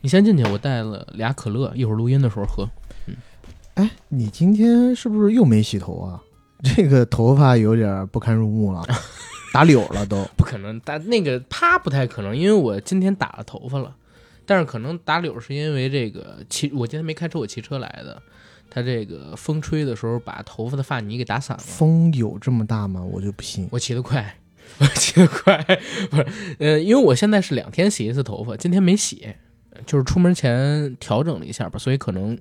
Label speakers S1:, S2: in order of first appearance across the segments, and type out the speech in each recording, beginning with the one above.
S1: 你先进去，我带了俩可乐，一会儿录音的时候喝。
S2: 哎，你今天是不是又没洗头啊？ 这个头发有点不堪入目 了，打绺了 都。
S1: 不可能，但那个啪不太可能，因为我今天打了头发了，但是可能打绺是因为这个骑，我今天没开车，我骑车来的。它这个风吹的时候把头发的发泥给打散了。
S2: 风有这么大吗？我就不信。
S1: 我骑得快，我骑得快， 不是，呃，因为我现在是两天洗一次头发，今天没洗，就是出门前调整了一下吧，所以可能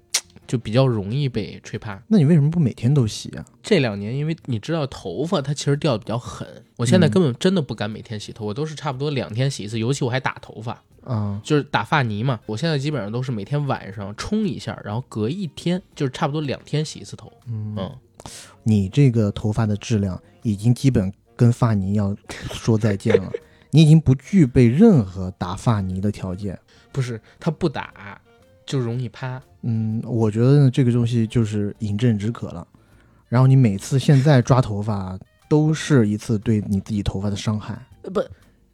S1: 就比较容易被吹趴。
S2: 那你为什么不每天都洗啊？
S1: 这两年，因为你知道头发它其实掉的比较狠，我现在根本真的不敢每天洗头，我都是差不多两天洗一次，尤其我还打头发，
S2: 啊、
S1: 就是打发泥嘛。我现在基本上都是每天晚上冲一下，然后隔一天，就是差不多两天洗一次头。
S2: 嗯，
S1: 嗯，
S2: 你这个头发的质量已经基本跟发泥要说再见了， 你已经不具备任何打发泥的条件。
S1: 不是，它不打就容易趴。
S2: 嗯，我觉得这个东西就是饮鸩止渴了。然后你每次现在抓头发，都是一次对你自己头发的伤害。
S1: 不，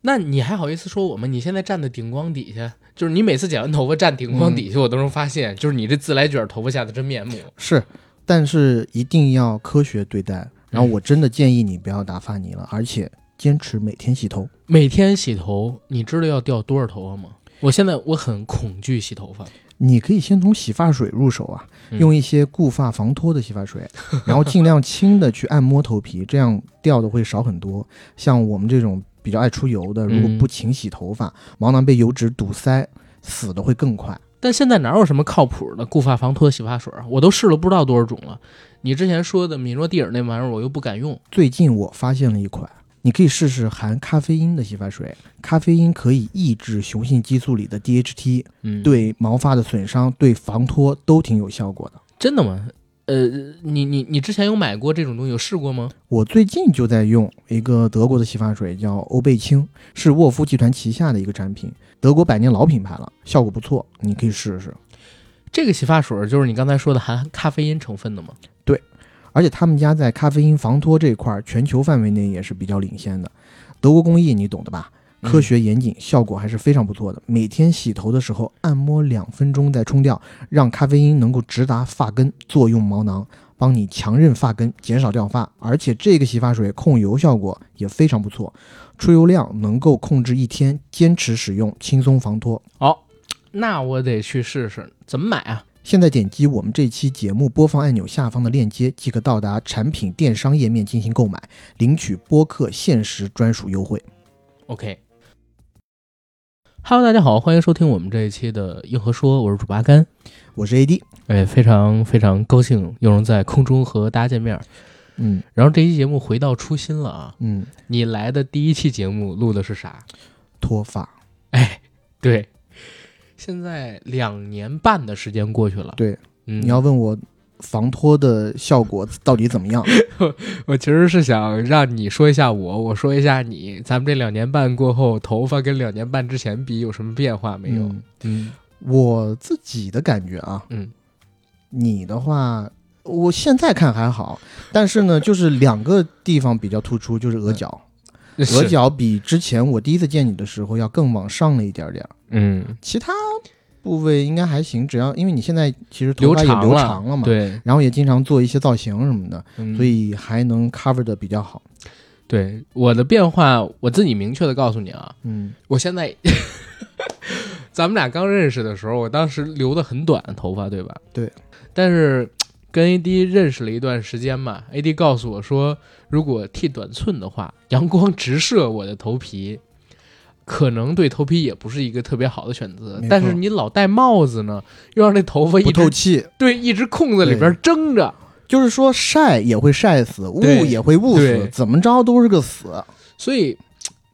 S1: 那你还好意思说我们？你现在站在顶光底下，就是你每次剪完头发站顶光底下，我都能发现，就是你这自来卷头发下的真面目。
S2: 是，但是一定要科学对待。然后
S1: 嗯
S2: 我真的建议你不要打发泥了，而且坚持每天洗头。
S1: 每天洗头，你知道要掉多少头发吗？我现在我很恐惧洗头发，
S2: 你可以先从洗发水入手啊，
S1: 嗯
S2: 用一些固发防脱的洗 发水，然后尽量轻的去按摩头皮，这样掉的会少很多。像我们这种比较爱出油的，如果
S1: 嗯
S2: 不勤洗头发，毛囊被油脂堵塞，死的会更快。
S1: 但现在哪有什么靠谱的固发防脱洗发水啊？我都试了不知道多少种了。你之前说的米诺地尔那玩意儿，我又不敢用。
S2: 最近我发现了一款，你可以试试含咖啡因的洗发水，咖啡因可以抑制雄性激素里的 DHT，
S1: 嗯，，
S2: 对毛发的损伤、对防脱都挺有效果的。
S1: 真的吗？呃，你你你之前有买过这种东西，有试过吗？
S2: 我最近就在用一个德国的洗发水，叫欧贝清，是沃夫集团旗下的一个产品，德国百年老品牌了，效果不错，你可以试试。
S1: 这个洗发水就是你刚才说的含咖啡因成分的吗？
S2: 而且他们家在咖啡因防脱这一块儿，全球范围内也是比较领先的。德国工艺你懂的吧？
S1: 嗯
S2: 科学严谨，效果还是非常不错的。每天洗头的时候按摩两分钟再冲掉，让咖啡因能够直达发根，作用毛囊，帮你强韧发根，减少掉发。而且这个洗发水控油效果也非常不错，出油量能够控制一天，坚持使用，轻松防脱。
S1: 哦，那我得去试试，怎么买啊？
S2: 现在点击我们这期节目播放按钮下方的链接，即可到达产品电商页面进行购买，领取播客限时专属优惠。
S1: OK。Hello，大家好，欢迎收听我们这一期的硬核说，我是主八甘。
S2: 我是 AD，
S1: 哎，非常非常高兴又能在空中和大家见面儿。
S2: 嗯
S1: 然后这期节目回到初心了啊！
S2: 嗯，
S1: 你来的第一期节目录的是啥？
S2: 脱发，
S1: 哎，对，现在两年半的时间过去了。
S2: 对，
S1: 嗯，
S2: 你要问我防脱的效果到底怎么样？
S1: 我其实是想让你说一下我，我说一下你，咱们这两年半过后，头发跟两年半之前比有什么变化没有？
S2: 嗯
S1: 嗯
S2: 我自己的感觉啊，
S1: 嗯，
S2: 你的话，我现在看还好，但是呢，就是两个地方比较突出，就是额 角，额
S1: 是，
S2: 角比之前我第一次见你的时候要更往上了一点点儿。
S1: 嗯，
S2: 其他部位应该还行，只要因为你现在其实头发也
S1: 长
S2: 留长了嘛，，
S1: 对，
S2: 然后也经常做一些造型什么的，
S1: 嗯
S2: 所以还能 cover 的比较好。
S1: 对我的变化，我自己明确的告诉你啊，
S2: 嗯
S1: 我现在，咱们俩刚认识的时候，我当时留的很短的头发，对吧？
S2: 对。
S1: 但是跟 AD 认识了一段时间嘛，AD 告诉我说，如果剃短寸的话，阳光直射我的头皮，可能对头皮也不是一个特别好的选择
S2: 没错。
S1: 但是你老戴帽子呢，又让那头发一
S2: 不透
S1: 直
S2: 气，
S1: 对一直空在里边蒸着，
S2: 就是说晒也会晒死，雾
S1: 对
S2: 也会雾死
S1: 对，
S2: 怎么着都是个死。
S1: 所以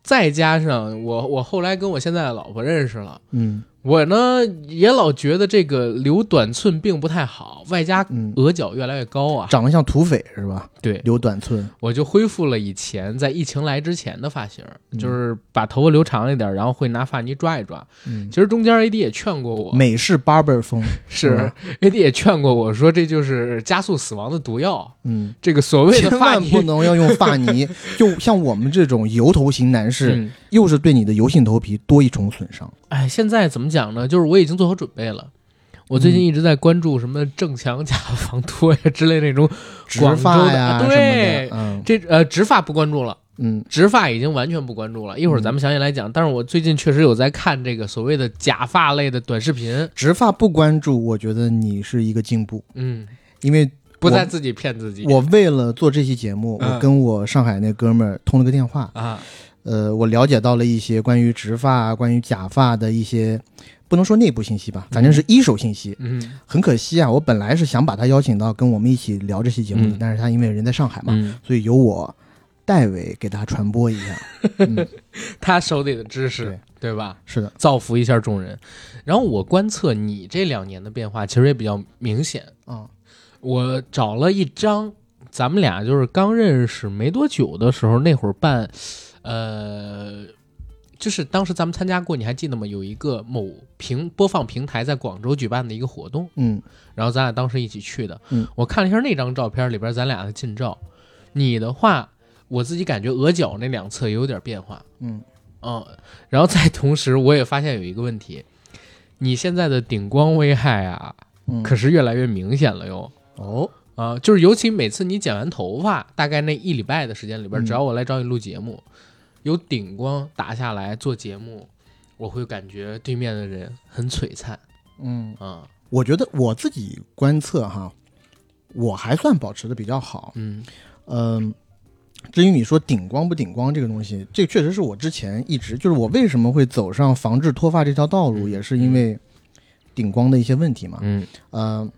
S1: 再加上我，我后来跟我现在的老婆认识了。
S2: 嗯
S1: 我呢也老觉得这个留短寸并不太好，外加
S2: 嗯，
S1: 额角越来越高啊。
S2: 长得像土匪是吧？
S1: 对，
S2: 留短寸，
S1: 我就恢复了以前在疫情来之前的发型，
S2: 嗯
S1: 就是把头发留长一点，然后会拿发泥抓一抓。
S2: 嗯
S1: 其，实中间 AD 也劝过我，
S2: 美式 barber 风。
S1: 是
S2: 嗯
S1: AD 也劝过我说这就是加速死亡的毒药，
S2: 嗯，
S1: 这个所谓的
S2: 千
S1: 发
S2: 万
S1: 泥
S2: 不能要用发泥，就像我们这种油头型男士，
S1: 嗯
S2: 又是对你的油性头皮多一重损伤。
S1: 哎，现在怎么讲呢？就是我已经做好准备了。我最近
S2: 嗯
S1: 一直在关注什么正强假 防脱呀之类那种，
S2: 植
S1: 广州
S2: 发
S1: 的啊
S2: 呀什么
S1: 对
S2: 的，嗯
S1: 这呃植发不关注了，
S2: 嗯，
S1: 植发已经完全不关注了。一会儿咱们详细来讲。但是我最近确实有在看这个所谓的假发类的短视频，
S2: 植发不关注，我觉得你是一个进步，
S1: 嗯，
S2: 因为
S1: 不
S2: 我
S1: 再自己骗自己。
S2: 我为了做这期节目，我
S1: 嗯
S2: 跟我上海那哥们儿通了个电话，
S1: 啊，
S2: 呃，我了解到了一些关于植发、啊关于假发的一些，不能说内部信息吧，反正是一手信息。
S1: 嗯
S2: 很可惜啊，我本来是想把他邀请到跟我们一起聊这期节目的，
S1: 嗯
S2: 但是他因为人在上海嘛，
S1: 嗯，
S2: 所以由我代为给他传播一下。嗯，
S1: 他手里的知识，对吧？
S2: 是的，
S1: 造福一下众人。然后我观测你这两年的变化，其实也比较明显。
S2: 啊、
S1: 我找了一张，咱们俩就是刚认识没多久的时候，那会儿办，呃，就是当时咱们参加过，你还记得吗？有一个某平播放平台在广州举办的一个活动，
S2: 嗯，
S1: 然后咱俩当时一起去的。
S2: 嗯，
S1: 我看了一下那张照片里边咱俩的近照，你的话，我自己感觉额角那两侧也有点变化。
S2: 嗯，
S1: 嗯，然后再同时，我也发现有一个问题，你现在的顶光危害啊，
S2: 嗯，
S1: 可是越来越明显了哟。
S2: 哦，
S1: 啊，就是尤其每次你剪完头发，大概那一礼拜的时间里边，
S2: 嗯
S1: 只要我来找你录节目，有顶光打下来做节目，我会感觉对面的人很璀璨
S2: 嗯，
S1: 啊，
S2: 我觉得我自己观测哈，我还算保持的比较好。
S1: 嗯
S2: 嗯，至于你说顶光不顶光这个东西，这确实是我之前一直就是我为什么会走上防治脱发这条道路，
S1: 嗯
S2: 也是因为顶光的一些问题嘛。
S1: 嗯
S2: 嗯，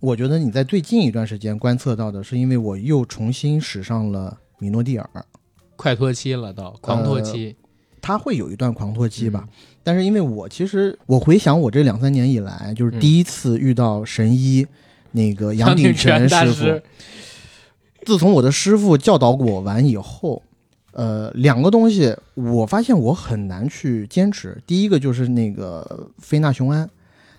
S2: 我觉得你在最近一段时间观测到的是，因为我又重新使上了米诺地尔，
S1: 快脱期了到狂
S2: 呃
S1: 脱期，
S2: 它会有一段狂脱期吧。
S1: 嗯
S2: 但是因为我其实我回想我这两三年以来，就是
S1: 嗯
S2: 第一次遇到神医。那个杨
S1: 鼎
S2: 鼎全
S1: 大
S2: 师傅，自从我的师傅教导我完以后，呃，两个东西我发现我很难去坚持。第一个就是那个非那雄胺，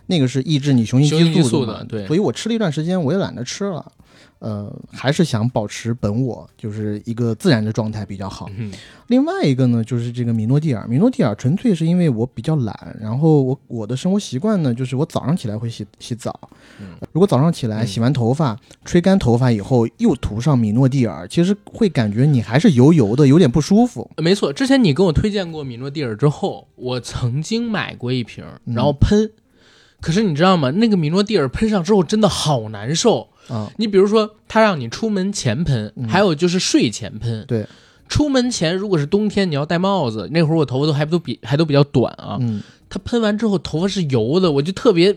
S2: 那个是抑制你雄性
S1: 雄性
S2: 激
S1: 激素
S2: 的嘛
S1: 的对
S2: 所以我吃了一段时间，我也懒得吃了。呃，还是想保持本我，就是一个自然的状态比较好。
S1: 嗯
S2: 另外一个呢，就是这个米诺地尔。米诺地尔纯粹是因为我比较懒，然后我我的生活习惯呢，就是我早上起来会洗洗澡，
S1: 嗯
S2: 如果早上起来
S1: 嗯
S2: 洗完头发、吹干头发以后，又涂上米诺地尔，其实会感觉你还是油油的，有点不舒服。
S1: 没错，之前你跟我推荐过米诺地尔之后，我曾经买过一瓶，
S2: 嗯
S1: 然后喷。可是你知道吗？那个米诺地尔喷上之后真的好难受。
S2: 啊，
S1: 你比如说，它让你出门前喷，
S2: 嗯
S1: 还有就是睡前喷。
S2: 对，
S1: 出门前如果是冬天，你要戴帽子。那会儿我头发都还都比还都比较短啊。
S2: 嗯，
S1: 它喷完之后头发是油的，我就特别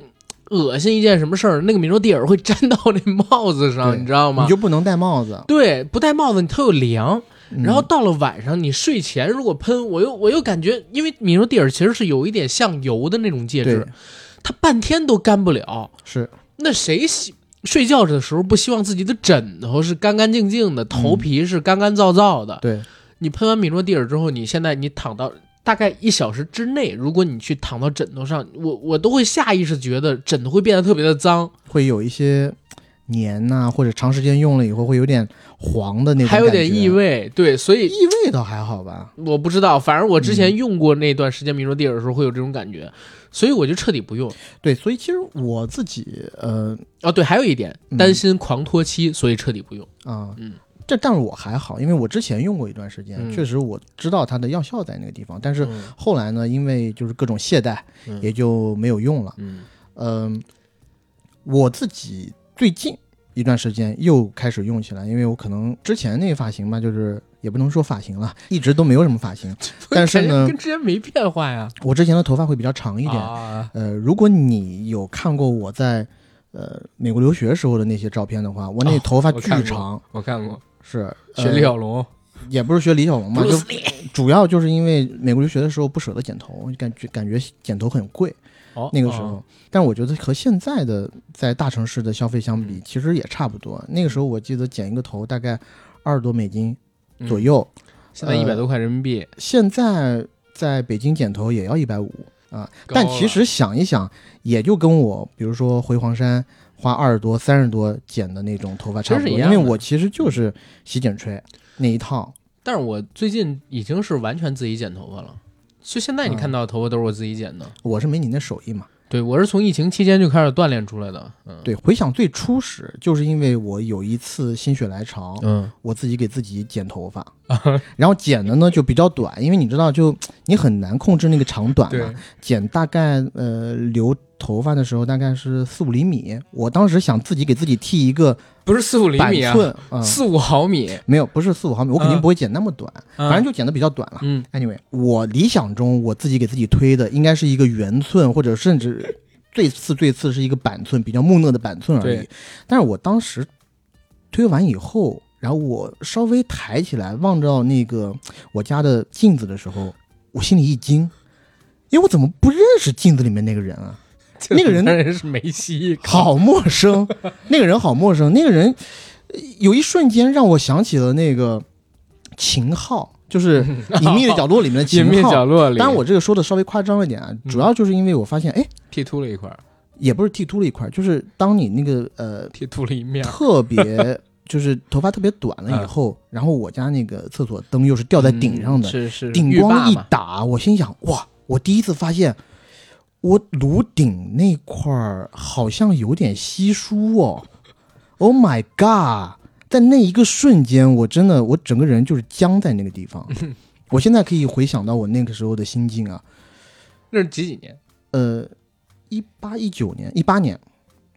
S1: 恶心一件什么事儿，那个米诺地尔会粘到那帽子上，
S2: 对
S1: 你知道吗
S2: 你？就不能戴帽子。
S1: 对，不戴帽子你特有凉。
S2: 嗯
S1: 然后到了晚上，你睡前如果喷，我又我又感觉，因为米诺地尔其实是有一点像油的那种介
S2: 对
S1: 质，它半天都干不了。
S2: 是
S1: 那谁洗睡觉的时候不希望自己的枕头是干干净净的，头皮是干干燥燥的？
S2: 嗯对，
S1: 你喷完米诺地尔之后，你现在你躺到大概一小时之内，如果你去躺到枕头上，我我都会下意识觉得枕头会变得特别的脏，
S2: 会有一些黏呐、或者长时间用了以后会有点黄的那种，
S1: 还有点异。味。对，所以
S2: 异味倒还好吧，
S1: 我不知道，反正我之前用过那段时间米诺地尔的时候会有这种感觉，所以我就彻底不用。
S2: 对，所以其实我自己，呃，
S1: 哦，对，还有一点
S2: 嗯
S1: 担心狂脱期，所以彻底不用。
S2: 啊，
S1: 嗯
S2: 这但是我还好，因为我之前用过一段时间，
S1: 嗯
S2: 确实我知道它的药效在那个地方，但是
S1: 嗯
S2: 后来呢，因为就是各种懈怠，
S1: 嗯
S2: 也就没有用了。
S1: 嗯
S2: 嗯、我自己最近一段时间又开始用起来，因为我可能之前那个发型吧，就是也不能说发型了，一直都没有什么发型。但是
S1: 感觉
S2: 呢
S1: 跟之前没变化呀，
S2: 我之前的头发会比较长一点，
S1: 啊
S2: 呃，如果你有看过我在呃美国留学时候的那些照片的话，我那
S1: 哦
S2: 头发
S1: 我
S2: 巨
S1: 看过
S2: 长，
S1: 我看过，
S2: 是
S1: 学李
S2: 呃
S1: 小龙、
S2: 也不是学李小龙嘛，就
S1: Bruce Lee
S2: 主要就是因为美国留学的时候不舍得剪头，感觉感觉剪头很贵
S1: 哦
S2: 那个时
S1: 哦
S2: 候。但我觉得和现在的在大城市的消费相
S1: 嗯
S2: 比，其实也差不多。那个时候我记得剪一个头大概二十多美金
S1: 嗯
S2: 左右，
S1: 现在
S2: 呃
S1: 一百多块人民币，
S2: 现在在北京剪头也要一百五啊。
S1: 高
S2: 但
S1: 了
S2: 其实想一想，也就跟我比如说回黄山花二十多、三十多剪的那种头发差
S1: 其
S2: 不
S1: 实
S2: 多，
S1: 是一
S2: 因
S1: 样的
S2: 为我其实就是洗剪吹那一套。
S1: 但是我最近已经是完全自己剪头发了，就现在你
S2: 啊
S1: 看到的头发都是我自己剪的。
S2: 我是没你那手艺嘛。
S1: 对，我是从疫情期间就开始锻炼出来的。嗯，，
S2: 对，回想最初时，就是因为我有一次心血来潮，
S1: 嗯啊
S2: 我自己给自己剪头发，然后剪的呢就比较短，因为你知道就，你很难控制那个长短嘛
S1: 对。，
S2: 剪大概呃留头发的时候大概是四五厘米，我当时想自己给自己剃一个
S1: 不是四五厘
S2: 板
S1: 米啊，
S2: 寸，嗯，
S1: 四五毫米，
S2: 没有，不是四五毫米，我肯定
S1: 嗯
S2: 不会剪那么短，
S1: 嗯
S2: 反正就剪的比较短了。
S1: 嗯
S2: Anyway，我理想中我自己给自己推的应该是一个圆寸，或者甚至最次最次是一个板寸，比较木讷的板寸而已
S1: 对。
S2: 但是我当时推完以后，然后我稍微抬起来望到那个我家的镜子的时候，我心里一惊，因为我怎么不认识镜子里面那个人啊？ 那个人
S1: 当然是梅西，
S2: 好陌生， 那个人好陌生，那个人呃有一瞬间让我想起了那个秦昊， 就是《隐秘的角落》里面的
S1: 隐
S2: 秦
S1: 秘角
S2: 昊。
S1: 落里，
S2: 当然，我这个说的稍微夸张一点啊，
S1: 嗯
S2: 主要就是因为我发现，哎，
S1: 剃秃了一块儿，
S2: 也不是剃秃了一块儿，就是当你那个 呃
S1: 剃秃了一面儿，
S2: 特别 就是头发特别短了以后，然后我家那个厕所灯又是吊在顶上的，
S1: 嗯嗯是是
S2: 顶
S1: 浴霸
S2: 光一
S1: 嘛
S2: 打，我心想，哇，我第一次发现。我颅顶那块儿好像有点稀疏哦，Oh my god！在那一个瞬间，我真的我整个人就是僵在那个 地方。我现在可以回想到我那个时候的心境啊，
S1: 那是几几年？
S2: 呃，一八一九年，一八年，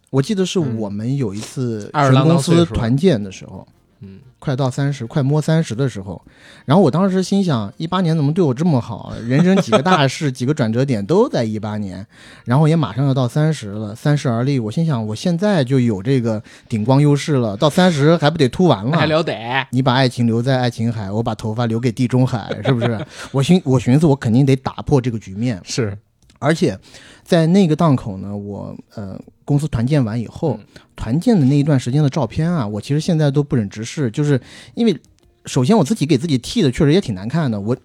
S2: 我记得是
S1: 嗯
S2: 我们有一次
S1: 二十
S2: 全
S1: 郎当
S2: 公
S1: 岁
S2: 司
S1: 数
S2: 团建的时候，
S1: 嗯，
S2: 快到三十，快摸三十的时候，然后我当时心想，一八年怎么对我这么好？啊人生几个大事、 几个转折点都在一八年，然后也马上要到三十了，三十而立，我心想，我现在就有这个顶光优势了，到三十还不得秃完
S1: 那还
S2: 了？
S1: 了得？
S2: 你把爱情留在爱琴海，我把头发留给地中海，是不是？ 我寻我寻思，我肯定得打破这个局面。
S1: 是，
S2: 而且在那个档口呢，我呃公司团建完以后，团建的那一段时间的照片啊，我其实现在都不忍直视，就是因为首先我自己给自己剃的确实也挺难看的，我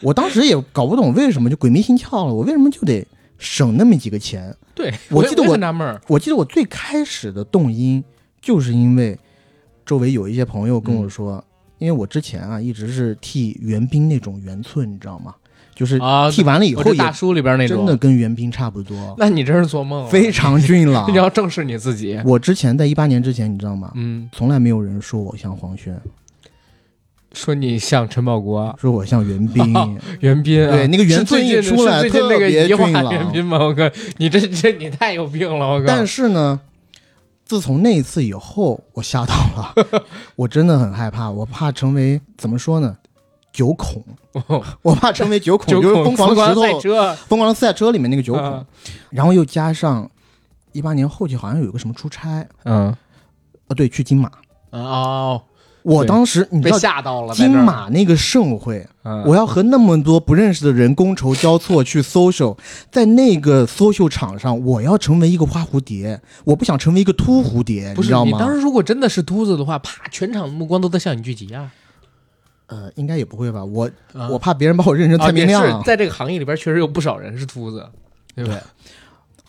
S2: 我当时也搞不懂为什么就鬼迷心窍了，我为什么就得省那么几个钱？
S1: 对，
S2: 我
S1: 也
S2: 记得
S1: 也
S2: 我
S1: 很纳闷儿，
S2: 我记得我最开始的动因就是因为周围有一些朋友跟我说，因为我之前啊一直是剃袁冰那种圆寸，你知道吗？就是
S1: 啊
S2: 剃完了以
S1: 我
S2: 后
S1: 这
S2: 也
S1: 大叔里边那
S2: 真
S1: 种
S2: 的，跟袁冰差不多，
S1: 那你真是做梦了，啊
S2: 非常俊 朗
S1: 你。要正视你自己，
S2: 我之前在一八年之前，你知道吗？
S1: 嗯，
S2: 从来没有人说我像黄轩，
S1: 说你像陈宝国、
S2: 说我像袁 冰。
S1: 袁斌啊，
S2: 对那个袁
S1: 是最
S2: 尊一
S1: 近的
S2: 出来
S1: 是最近那个
S2: 特别
S1: 移花
S2: 俊朗
S1: 袁斌吗？我哥，你这这你太有病了，我哥。
S2: 但是呢，自从那一次以后，我吓到 了，我真的很害怕，我怕成为怎么说呢？九孔，
S1: 哦
S2: 我怕成为九 孔，
S1: 九
S2: 就是
S1: 孔
S2: 疯狂的石头，
S1: 赛车，
S2: 疯狂的赛车里面那个九孔。
S1: 啊
S2: 然后又加上一八年后期好像有一个什么出差，
S1: 嗯，
S2: 呃，对，去金马。
S1: 哦，
S2: 我
S1: 对
S2: 当时你知
S1: 被
S2: 道
S1: 吓到了，在
S2: 金
S1: 那儿，啊
S2: 马那个盛会，
S1: 嗯
S2: 我要和那么多不认识的人觥筹交错去 social，在那个 social 场上，我要成为一个花蝴蝶，我不想成为一个秃蝴蝶，
S1: 不
S2: 知
S1: 是
S2: 道
S1: 你
S2: 吗
S1: 当？时如果真的是秃子的话，啪，全场目光都在向你聚集啊！
S2: 呃，应该也不会吧，我、
S1: 啊
S2: 我怕别人把我认成蔡
S1: 啊，
S2: 明
S1: 也
S2: 亮、
S1: 是在这个行业里边，确实有不少人是秃子，对吧？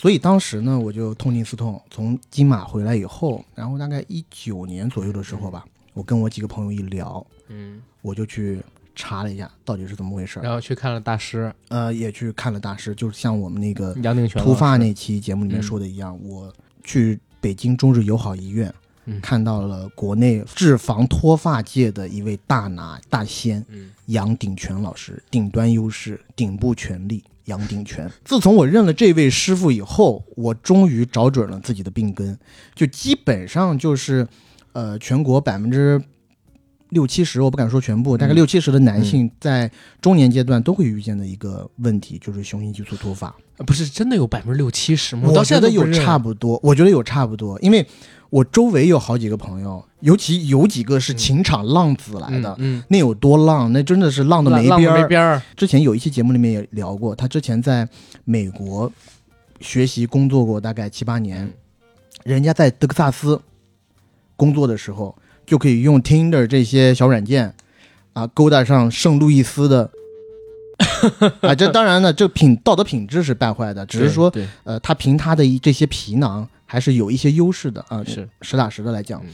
S2: 所以当时呢，我就痛定思痛，从金马回来以后，然后大概一九年左右的时候吧，我跟我几个朋友一聊，
S1: 嗯，
S2: 我就去查了一下到底是怎么回事儿，
S1: 然后去看了大师
S2: 呃，也去看了大师，就是像我们那个
S1: 杨定全
S2: 突发
S1: 老师，
S2: 那期节目
S1: 嗯
S2: 里面说的一样，我去北京中日友好医院、
S1: 嗯
S2: 看到了国内治防脱发界的一位大拿大仙
S1: 嗯，
S2: 杨鼎全老师，顶端优势，顶部权力。杨鼎全，自从我认了这位师傅以后，我终于找准了自己的病根，就基本上就是，呃，全国百分之六七十，我不敢说全部，大概
S1: 嗯
S2: 六七十的男性在中年阶段都会遇见的一个问题，就是雄性激素脱发。
S1: 啊不是真的有百分之六七十吗？
S2: 我
S1: 到现
S2: 觉
S1: 在
S2: 得
S1: 都不
S2: 有
S1: 认
S2: 差不多，我觉得有差不多，因为我周围有好几个朋友，尤其有几个是情场浪子来的，
S1: 嗯，
S2: 那有多浪，那真的是浪
S1: 嗯
S2: 的没
S1: 浪
S2: 边
S1: 没
S2: 儿。
S1: 边儿，
S2: 之前有一期节目里面也聊过，他之前在美国学习工作过大概七八年，
S1: 嗯
S2: 人家在德克萨斯工作的时候，就可以用 Tinder 这些小软件啊勾搭上圣路易斯的。啊，这当然呢，这品道德品质是败坏的，只是
S1: 对
S2: 说
S1: 对
S2: 呃，他凭他的一这些皮囊还是有一些优势的啊，
S1: 是
S2: 实打实的来讲。
S1: 嗯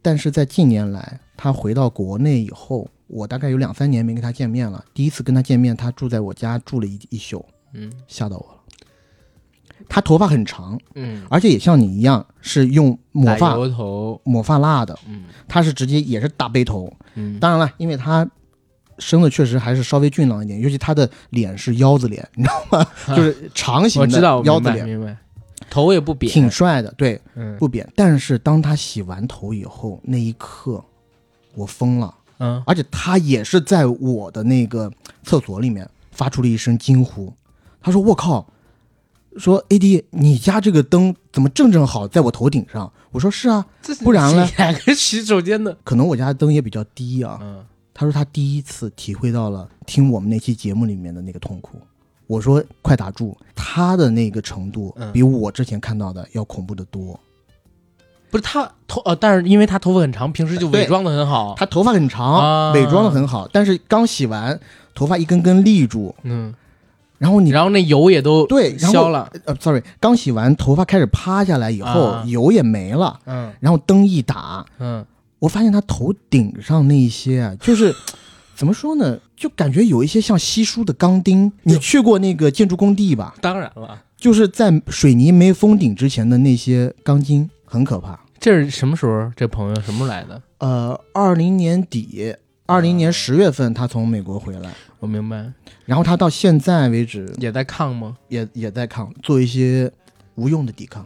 S2: 但是在近年来，他回到国内以后，我大概有两三年没跟他见面了。第一次跟他见面，他住在我家住了一一宿，
S1: 嗯
S2: 吓到我了。他头发很长，
S1: 嗯，
S2: 而且也像你一样是用抹
S1: 奶
S2: 发
S1: 油头，
S2: 抹发蜡的，
S1: 嗯
S2: 他是直接也是大背头。
S1: 嗯，
S2: 当然了，因为他生的确实还是稍微俊朗一点，尤其他的脸是腰子脸，你知道吗？ 就是长型
S1: 我知
S2: 的
S1: 道，我
S2: 腰
S1: 明
S2: 子
S1: 白
S2: 脸，
S1: 明白，头也不扁，
S2: 挺帅的，对，
S1: 嗯
S2: 不扁。但是当他洗完头以后，那一刻我疯了，
S1: 嗯
S2: 而且他也是在我的那个厕所里面发出了一声惊呼，他说：“我靠！”说 A D，你家这个灯怎么正正好在我头顶上？我说是啊，
S1: 这是
S2: 不然呢
S1: 两个洗手间的，
S2: 可能我家的灯也比较低啊。
S1: 嗯
S2: 他说他第一次体会到了听我们那期节目里面的那个痛苦。我说快打住，他的那个程度
S1: 嗯
S2: 比我之前看到的要恐怖的多。
S1: 不是他头呃，但是因为他头发很长，平时就伪装的很好。
S2: 他头发很
S1: 啊
S2: 长，伪装的很好，但是刚洗完，头发一根根立住，
S1: 嗯，
S2: 然后你
S1: 然后那油也都
S2: 对然后
S1: 消了。
S2: 呃，sorry，刚洗完头发开始趴下来以后
S1: 啊，
S2: 油也没了，
S1: 嗯
S2: 然后灯一打，
S1: 嗯，
S2: 我发现他头顶上那一 些啊，就是怎么说呢，就感觉有一些像稀疏的钢钉。你去过那个建筑工地吧？
S1: 当然了，
S2: 就是在水泥没封顶之前的那些钢筋很可怕。
S1: 这是什么时候？这朋友什么时候来的？
S2: 呃，二零年底，二零年十月份他从美国回来，
S1: 我明白，
S2: 然后他到现在为止
S1: 也在炕吗
S2: 也也在抗，做一些无用的抵抗。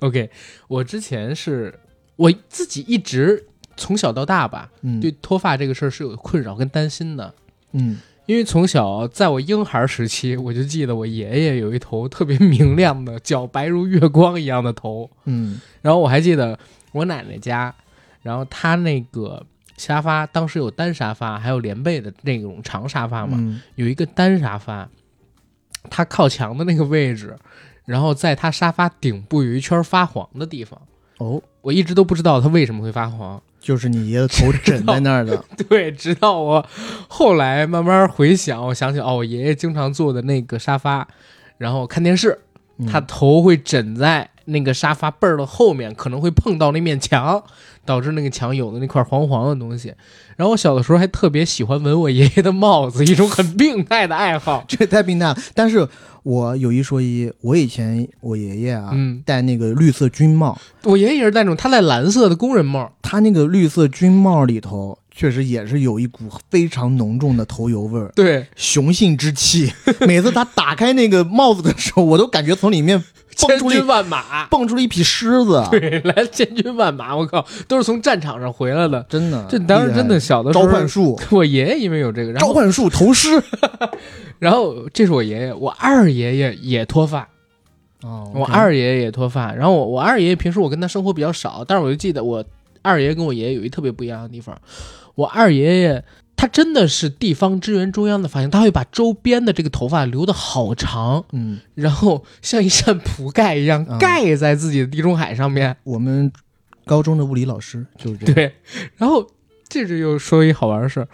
S1: ？OK，我之前是我自己一直从小到大吧，
S2: 嗯，
S1: 对，脱发这个事儿是有困扰跟担心的。
S2: 嗯
S1: 因为从小在我婴孩时期，我就记得我爷爷有一头特别明亮的，皎白如月光一样的头。
S2: 嗯
S1: 然后我还记得我奶奶家，然后她那个沙发当时有单沙发，还有连背的那种长沙发嘛，
S2: 嗯
S1: 有一个单沙发，它靠墙的那个位置，然后在它沙发顶部有一圈发黄的地方，
S2: 哦，
S1: 我一直都不知道它为什么会发 黄。
S2: 就是你爷的头枕在那 儿的。
S1: 对，直到我后来慢慢回想，我想起哦，我爷爷经常坐的那个沙发，然后看电视，
S2: 嗯。
S1: 他头会枕在那个沙发背儿的后面，可能会碰到那面墙，导致那个墙有的那块黄黄的东西。然后我小的时候还特别喜欢闻我爷爷的帽子，一种很病态的爱好
S2: 这太病态了。但是我有一说一，我以前我爷爷啊、
S1: 嗯，
S2: 戴那个绿色军帽，
S1: 我爷爷也是那种他戴蓝色的工人帽，
S2: 他那个绿色军帽里头确实也是有一股非常浓重的头油味儿，
S1: 对，
S2: 雄性之气。每次他打开那个帽子的时候，我都感觉从里面 蹦
S1: 千
S2: 出了一
S1: 军万马，
S2: 蹦出了一匹狮子，啊
S1: 对， 来千军万马，我靠，都是从战场上回来的。
S2: 真的，
S1: 这当时真的
S2: 啊厉
S1: 小的
S2: 害
S1: 时候
S2: 召， 唤术，
S1: 我爷爷因为有这个，然
S2: 召
S1: 后
S2: 唤术头 狮。
S1: 然后这是我爷爷，我二爷爷也脱发，
S2: 哦
S1: 我二爷爷也脱发。然后我我二爷爷平时我跟他生活比较少，但是我就记得我二爷爷跟我爷爷有一特别不一样的地方。我二爷爷他真的是地方支援中央的发型，他会把周边的这个头发留得好长，
S2: 嗯，
S1: 然后像一扇铺盖一样
S2: 嗯
S1: 盖在自己的地中海上面。
S2: 我们高中的物理老师就是这样。
S1: 对，然后这就又说一好玩的事儿，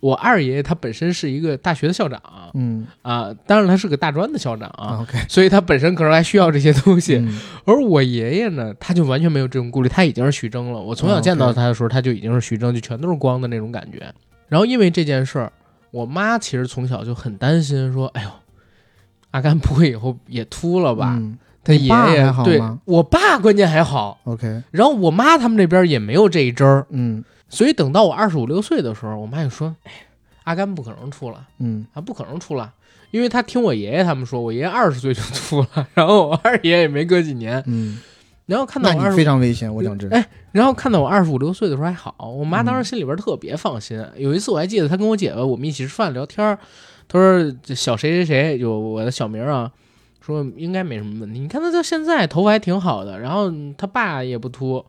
S1: 我二爷爷他本身是一个大学的校长啊、
S2: 嗯
S1: 当然他是个大专的校长啊。
S2: ，OK，
S1: 所以他本身可能还需要这些东西，
S2: 嗯
S1: 而我爷爷呢，他就完全没有这种顾虑，他已经是徐峥了。我
S2: 哦
S1: 从小见到他的时候，他就已经是徐峥，就全都是光的那种感觉。然后因为这件事儿，我妈其实从小就很担心，说：“哎呦，阿甘不会以后也秃了吧？”
S2: 嗯
S1: 他
S2: 你
S1: 爷
S2: 爸还
S1: 爷
S2: 好
S1: 对
S2: 吗
S1: 我爸关键还好，
S2: ，OK，
S1: 然后我妈他们这边也没有这一针儿，
S2: 嗯
S1: 所以等到我二十五六岁的时候，我妈就说：“哎，阿甘不可能秃了。”
S2: 嗯
S1: 啊，不可能出来，因为他听我爷爷他们说，我爷爷二十岁就秃了， 然后我二爷也没隔几年，
S2: 嗯，
S1: 然后看到
S2: 那
S1: 我二
S2: 你
S1: 十
S2: 非，常危险，我讲真。
S1: 哎，然后看到我二十五六岁的时候还好，我妈当时心里边特别放心。有一次我还记得，她跟我姐夫我们一起吃饭聊天儿，她说这小谁谁谁，就我的小名儿啊。说应该没什么问题，你看他到现在头发还挺好的，然后他爸也不秃，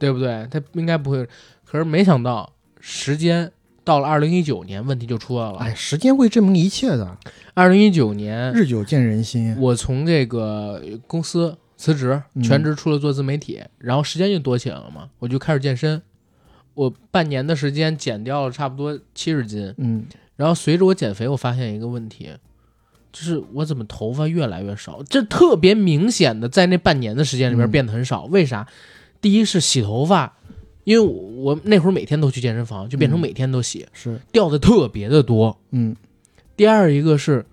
S1: 对不对？他应该不会。可是没想到，时间到了二零一九年，问题就出来了。
S2: 哎，时间会证明一切的，
S1: 二零一九年
S2: 日久见人心。
S1: 我从这个公司辞职，
S2: 嗯
S1: 全职出来做自媒体，然后时间就多起来了嘛，我就开始健身。我半年的时间减掉了差不多七十斤，
S2: 嗯，
S1: 然后随着我减肥，我发现一个问题，就是我怎么头发越来越少？这特别明显的在那半年的时间里面
S2: 嗯
S1: 变得很少，为啥？第一是洗头发，因为我我那会儿每天都去健身房，就变成
S2: 嗯
S1: 每天都洗，
S2: 是，
S1: 掉的特别的多。
S2: 嗯
S1: 第二一个是，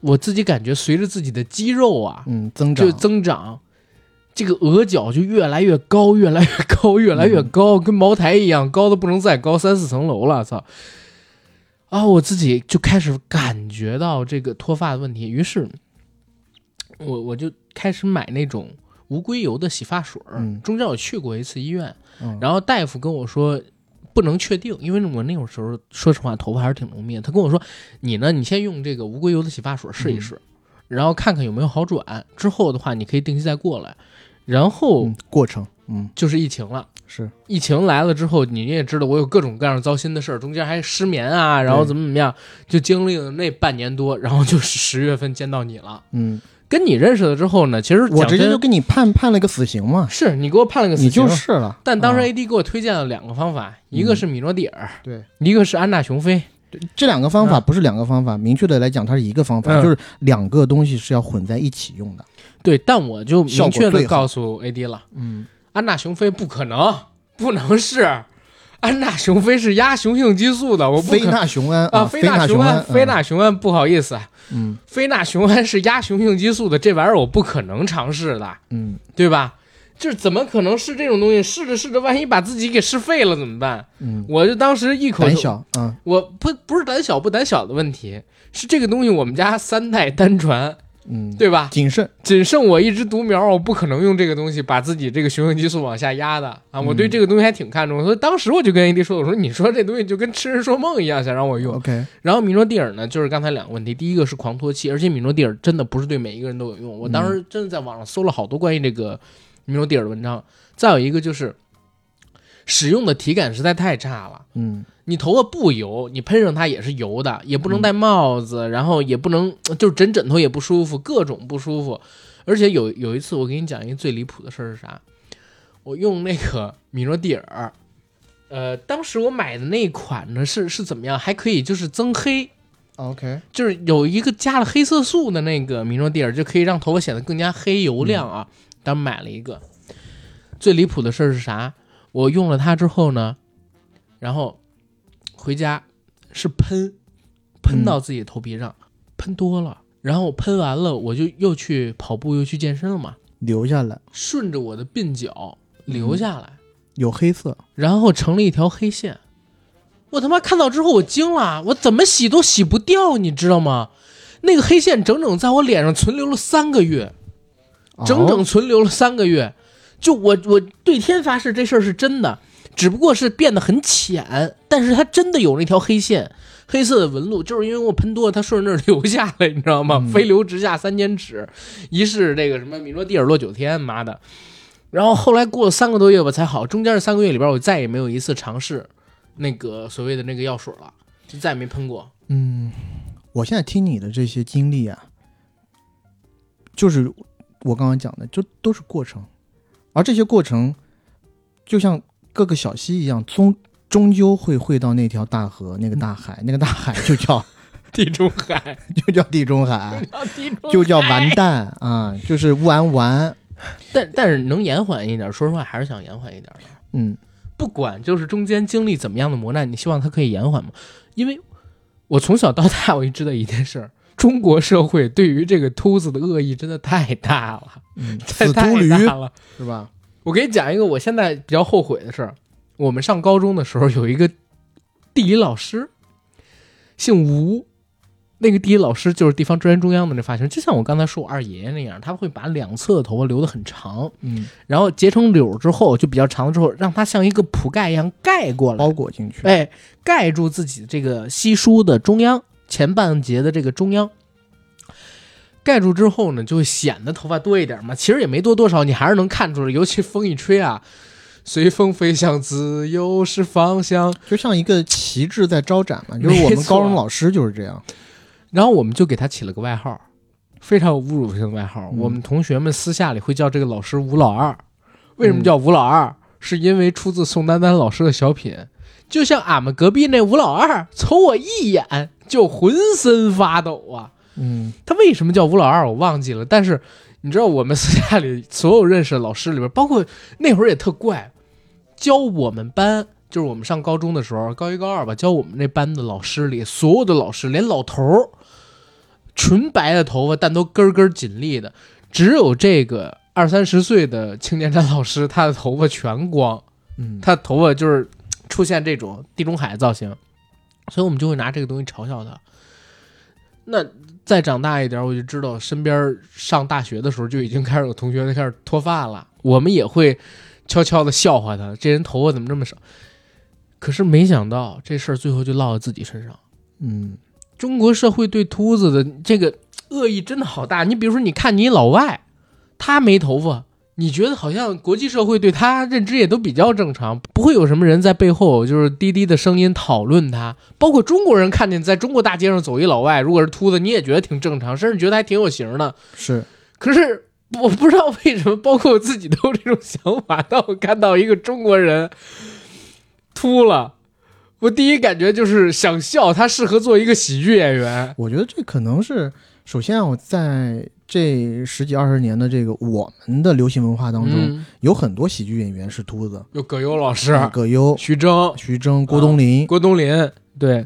S1: 我自己感觉随着自己的肌肉啊，
S2: 嗯，增长
S1: 就增长，这个额角就越来越高，越来越高，越来越高，
S2: 嗯
S1: 跟茅台一样高的不能再高，三四层楼了，操！啊，我自己就开始感觉到这个脱发的问题，于是我我就开始买那种无硅油的洗发水儿。
S2: 嗯
S1: 中间我去过一次医院，
S2: 嗯
S1: 然后大夫跟我说。不能确定，因为我那会儿时候，说实话，头发还是挺浓密的。他跟我说：“你呢，你先用这个无硅油的洗发水试一
S2: 嗯
S1: 试，然后看看有没有好转。之后的话，你可以定期再过来。然后
S2: 嗯过程，嗯
S1: 就是疫情了，
S2: 是，
S1: 疫情来了之后，你也知道我有各种各样糟心的事儿，中间还失眠啊，然后怎么怎么样，就经历了那半年多，然后就是十月份见到你了。
S2: 嗯，
S1: 跟你认识了之后呢，其实
S2: 我
S1: 讲
S2: 直接
S1: 真
S2: 就给你判判了个死刑嘛，
S1: 是你给我判了个死
S2: 你
S1: 刑，
S2: 就是了。
S1: 但当时哎
S2: 啊嗯
S1: AD 给我推荐了两个方法，一个是米诺地尔，
S2: 对
S1: 一个是安娜雄菲。
S2: 这两个方法
S1: 嗯
S2: 不是两个方法，明确的来讲，它是一个方法，
S1: 嗯
S2: 就是两个东西是要混在一起用的。
S1: 对，但我就
S2: 效
S1: 明
S2: 果
S1: 确
S2: 最
S1: 的
S2: 好
S1: 告诉 AD 了，
S2: 嗯，
S1: 安娜雄菲不可能，不能是安娜雄菲是压雄性激素的，我不
S2: 非
S1: 可
S2: 那雄胺
S1: 啊，
S2: 非
S1: 非那雄
S2: 胺，
S1: 非
S2: 嗯，
S1: 那雄胺，不好意思，
S2: 嗯
S1: 非那雄胺是压雄性激素的，这玩意儿我不可能尝试的，
S2: 嗯，
S1: 对吧？这怎么可能是这种东西？试着试着，万一把自己给试废了怎么办？
S2: 嗯，
S1: 我就当时一口
S2: 胆小啊，
S1: 我不不是胆小不胆小的问题，是这个东西我们家三代单传，
S2: 嗯，
S1: 对吧？
S2: 谨慎，
S1: 仅剩我一枝独苗，我不可能用这个东西把自己这个雄性激素往下压的啊！我对这个东西还挺看重，所以当时我就跟 AD 说：“我说你说这东西就跟痴人说梦一样，想让我用。
S2: OK，”
S1: 然后米诺地尔呢，就是刚才两个问题，第一个是狂脱期，而且米诺地尔真的不是对每一个人都有用。我当时真的在网上搜了好多关于这个米诺地尔的文章。再有一个就是使用的体感实在太差了。
S2: 嗯
S1: 你头发不油，你喷上它也是油的，也不能戴帽子，然后也不能就是枕枕头也不舒服，各种不舒服。而且有有一次，我给你讲一个最离谱的事儿是啥？我用那个米诺地尔，呃，当时我买的那一款呢是是怎么样？还可以就是增黑，
S2: ，OK，
S1: 就是有一个加了黑色素的那个米诺地尔，就可以让头发显得更加黑油亮啊。当时买了一个，最离谱的事儿是啥？我用了它之后呢，然后回家是喷，喷到自己头皮上，喷多了。然后我喷完了，我就又去跑步，又去健身了嘛，
S2: 留下来
S1: 顺着我的鬓角流下来，
S2: 有黑色，
S1: 然后成了一条黑线。我他妈看到之后我惊了，我怎么洗都洗不掉，你知道吗？那个黑线整整在我脸上存留了三个月，整整
S2: 哦
S1: 存留了三个月。就我我对天发誓这事儿是真的，只不过是变得很浅，但是它真的有那条黑线，黑色的纹路，就是因为我喷多了，它顺着那儿 流下来，你知道吗？
S2: 嗯
S1: 飞流直下三千尺，一是这个什么米诺地尔落九天，妈的。然后后来过了三个多月吧才好，中间这三个月里边，我再也没有一次尝试那个所谓的那个药水了，就再也没喷过。
S2: 嗯，我现在听你的这些经历啊，就是我刚刚讲的，就都是过程，而这些过程就像各个小溪一样，终终究会汇到那条大河、那个大海，那个大海就叫
S1: 地中海，
S2: 就叫地中 海，
S1: 地中海
S2: 啊就叫完蛋啊，就是完完，
S1: 但但是能延缓一点，说实话还是想延缓一点的。
S2: 嗯
S1: 不管就是中间经历怎么样的磨难，你希望它可以延缓吗？因为我从小到大我一知道一件事儿，中国社会对于这个秃子的恶意真的太大了，
S2: 嗯，
S1: 太
S2: 死秃驴
S1: 太大了。
S2: 是吧？
S1: 我给你讲一个我现在比较后悔的事儿，我们上高中的时候有一个地理老师，姓吴。那个地理老师就是地方中央中央的那发型，就像我刚才说我二爷爷那样，他会把两侧的头发留得很长，
S2: 嗯，
S1: 然后结成绺之后就比较长了之后，让它像一个铺盖一样盖过来
S2: 包，裹进去，
S1: 哎，盖住自己这个稀疏的中央前半截的这个中央。盖住之后呢，就会显得头发多一点嘛。其实也没多多少，你还是能看出来。尤其风一吹啊，随风飞向自由是方向。
S2: 就像一个旗帜在招展嘛，就是我
S1: 没
S2: 们
S1: 错
S2: 高中老师就是这样，
S1: 然后我们就给他起了个外号，非常有侮辱性的外号。
S2: 嗯
S1: 我们同学们私下里会叫这个老师吴老二。为什么叫吴老二？是因为出自宋丹丹老师的小品，就像俺们隔壁那吴老二，瞅我一眼就浑身发抖啊。
S2: 嗯
S1: 他为什么叫吴老二？我忘记了。但是你知道，我们私下里所有认识的老师里边，包括那会儿也特怪，教我们班，就是我们上高中的时候，高一高二吧，教我们那班的老师里，所有的老师，连老头儿，纯白的头发，但都根儿根儿紧立的，只有这个二三十岁的青年男老师，他的头发全光，
S2: 嗯，
S1: 他头发就是出现这种地中海造型，所以我们就会拿这个东西嘲笑他。那再长大一点，我就知道身边上大学的时候就已经开始有同学开始脱发了，我们也会悄悄的笑话他，这人头发怎么这么少？可是没想到这事儿最后就落在自己身上。
S2: 嗯
S1: 中国社会对秃子的这个恶意真的好大。你比如说，你看你老外，他没头发，你觉得好像国际社会对他认知也都比较正常，不会有什么人在背后就是低低的声音讨论他。包括中国人看见在中国大街上走一老外，如果是秃子，你也觉得挺正常，甚至觉得还挺有型的。
S2: 是，
S1: 可是我不知道为什么，包括我自己都有这种想法。当我看到一个中国人秃了，我第一感觉就是想笑，他适合做一个喜剧演员。
S2: 我觉得这可能是首先啊，我在这十几二十年的这个我们的流行文化当中，
S1: 嗯，啊
S2: 有很多喜剧演员是秃子，
S1: 有葛优老师、
S2: 葛优、
S1: 徐峥、
S2: 徐峥、郭冬临。
S1: 郭冬临，对。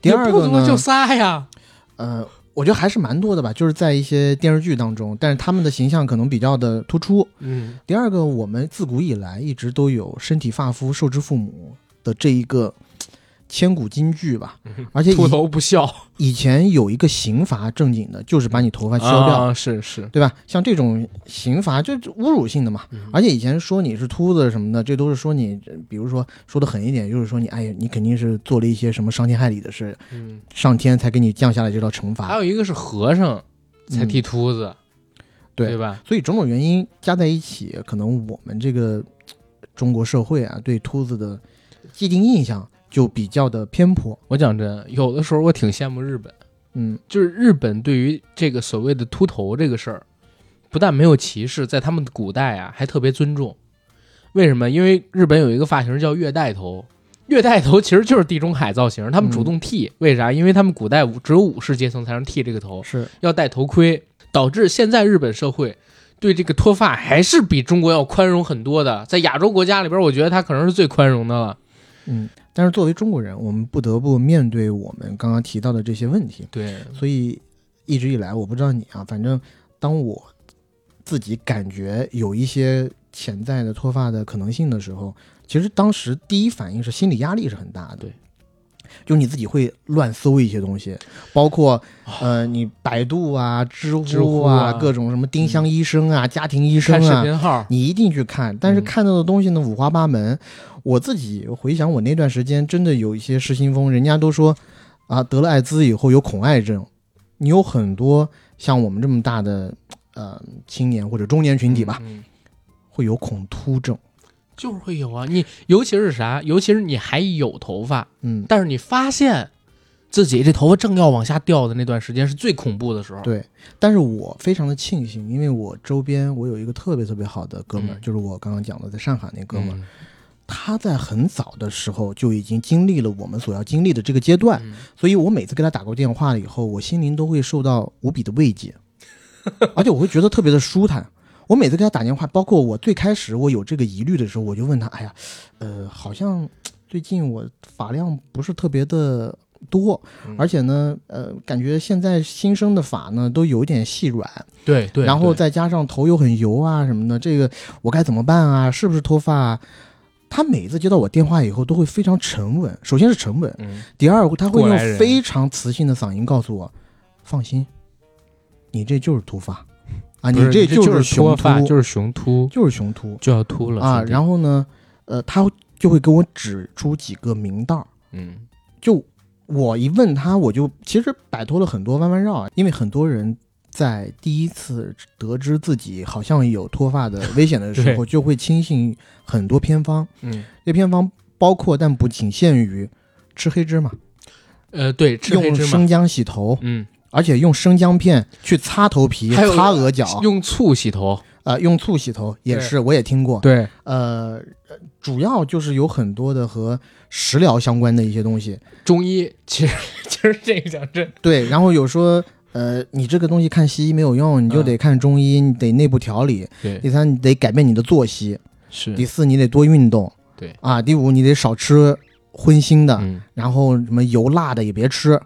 S2: 第二
S1: 也不
S2: 个
S1: 足
S2: 呢，
S1: 就仨呀，
S2: 呃，我觉得还是蛮多的吧，就是在一些电视剧当中，但是他们的形象可能比较的突出。
S1: 嗯，
S2: 第二个，我们自古以来一直都有“身体发肤受之父母”的这一个嘖千古金句吧，而且以
S1: 嗯秃头不笑，
S2: 以前有一个刑罚正经的，就是把你头发削掉。
S1: 啊、是是，
S2: 对吧？像这种刑罚，这这侮辱性的嘛。
S1: 嗯
S2: 而且以前说你是秃子什么的，这都是说你，呃比如说说的狠一点，就是说你，哎呀，你肯定是做了一些什么伤天害理的事，
S1: 嗯，
S2: 上天才给你降下来这道惩
S1: 还
S2: 罚。
S1: 有一个是和尚才剃
S2: 嗯
S1: 秃子，
S2: 对
S1: 对吧？
S2: 所以种种原因加在一起，可能我们这个呃中国社会啊，对秃子的既定印象就比较的偏颇。
S1: 我讲真，有的时候我挺羡慕日本。
S2: 嗯
S1: 就是日本对于这个所谓的秃头这个事儿，不但没有歧视，在他们的古代啊还特别尊重。为什么？因为日本有一个发型叫月带头，月带头其实就是地中海造型，他们主动剃。为啥？因为他们古代武只有武士阶层才能剃这个头，
S2: 是，
S1: 要戴头盔，导致现在日本社会对这个脱发还是比中国要宽容很多的。在亚洲国家里边，我觉得他可能是最宽容的了。
S2: 嗯。但是作为中国人，我们不得不面对我们刚刚提到的这些问题。
S1: 对，
S2: 所以一直以来，我不知道你啊，反正当我自己感觉有一些潜在的脱发的可能性的时候，其实当时第一反应是心理压力是很大的。
S1: 对。
S2: 就你自己会乱搜一些东西，包括呃，你百度啊、知乎啊、
S1: 啊知乎啊
S2: 各种什么丁香医生啊、家庭医
S1: 看
S2: 生
S1: 视
S2: 啊，
S1: 频号，
S2: 你一定去看。但是
S1: 嗯
S2: 看到的东西呢，五花八门。我自己回想我那段时间，真的有一些失心疯，人家都说啊，得了艾滋以后有恐艾症，你有很多像我们这么大的呃青年或者中年群体吧，
S1: 嗯。嗯
S2: 会有恐秃症。
S1: 就是会有啊，你尤其是啥？尤其是你还有头发，
S2: 嗯，
S1: 但是你发现自己这头发正要往下掉的那段时间是最恐怖的时候。
S2: 对，但是我非常的庆幸，因为我周边我有一个特别特别好的哥们儿，
S1: 嗯
S2: 就是我刚刚讲的在上海那哥
S1: 哥
S2: 们儿，
S1: 们
S2: 他在很早的时候就已经经历了我们所要经历的这个阶段
S1: 儿，，嗯
S2: 所以我每次跟他打过电话了以后，我心灵都会受到无比的慰藉， 而且我会觉得特别的舒坦。我每次给他打电话，包括我最开始我有这个疑虑的时候，我就问他：“哎呀，呃，好像最近我发量不是特别的多
S1: 嗯，
S2: 而且呢，呃，感觉现在新生的发呢都有一点细软，
S1: 对对，
S2: 然后
S1: 对
S2: 再加上头又很油啊什么的，这个我该怎么办啊？是不是脱发、啊？”他每次接到我电话以后都会非常沉稳，首先是沉稳，
S1: 嗯，
S2: 第二，他
S1: 过
S2: 会用
S1: 来人
S2: 非常磁性的嗓音告诉我：“放心，你这就是秃发啊，
S1: 不是
S2: 这
S1: 这
S2: 就是雄
S1: 脱
S2: 秃，
S1: 发，就是雄秃，
S2: 就是雄秃
S1: 就要秃了
S2: 啊。”
S1: 后
S2: 然后呢，呃，他就会给我指出几个明道儿。
S1: 嗯，
S2: 就我一问他，我就其实摆脱了很多弯弯绕啊，因为很多人。在第一次得知自己好像有脱发的危险的时候，就会轻信很多偏方。
S1: 嗯
S2: 这偏方包括但不仅限于吃黑芝麻，
S1: 呃，对，吃黑
S2: 用
S1: 芝麻，
S2: 生姜洗头，
S1: 嗯，
S2: 而且用生姜片去擦头皮、
S1: 还有
S2: 擦额角，
S1: 用醋洗头，
S2: 呃，用醋洗头也是，我也听过。
S1: 对，
S2: 呃，主要就是有很多的和食疗相关的一些东西。
S1: 中医其实 其实这个讲真，
S2: 对，然后有说，呃，你这个东西看西医没有用，你就
S1: 嗯
S2: 得看中医，你得内部调理。
S1: 对
S2: 第三，你得改变你的作息。
S1: 是
S2: 第四，你得多运动。
S1: 对
S2: 啊，第五你得少吃荤腥的，
S1: 嗯，
S2: 然后什么油辣的也别吃。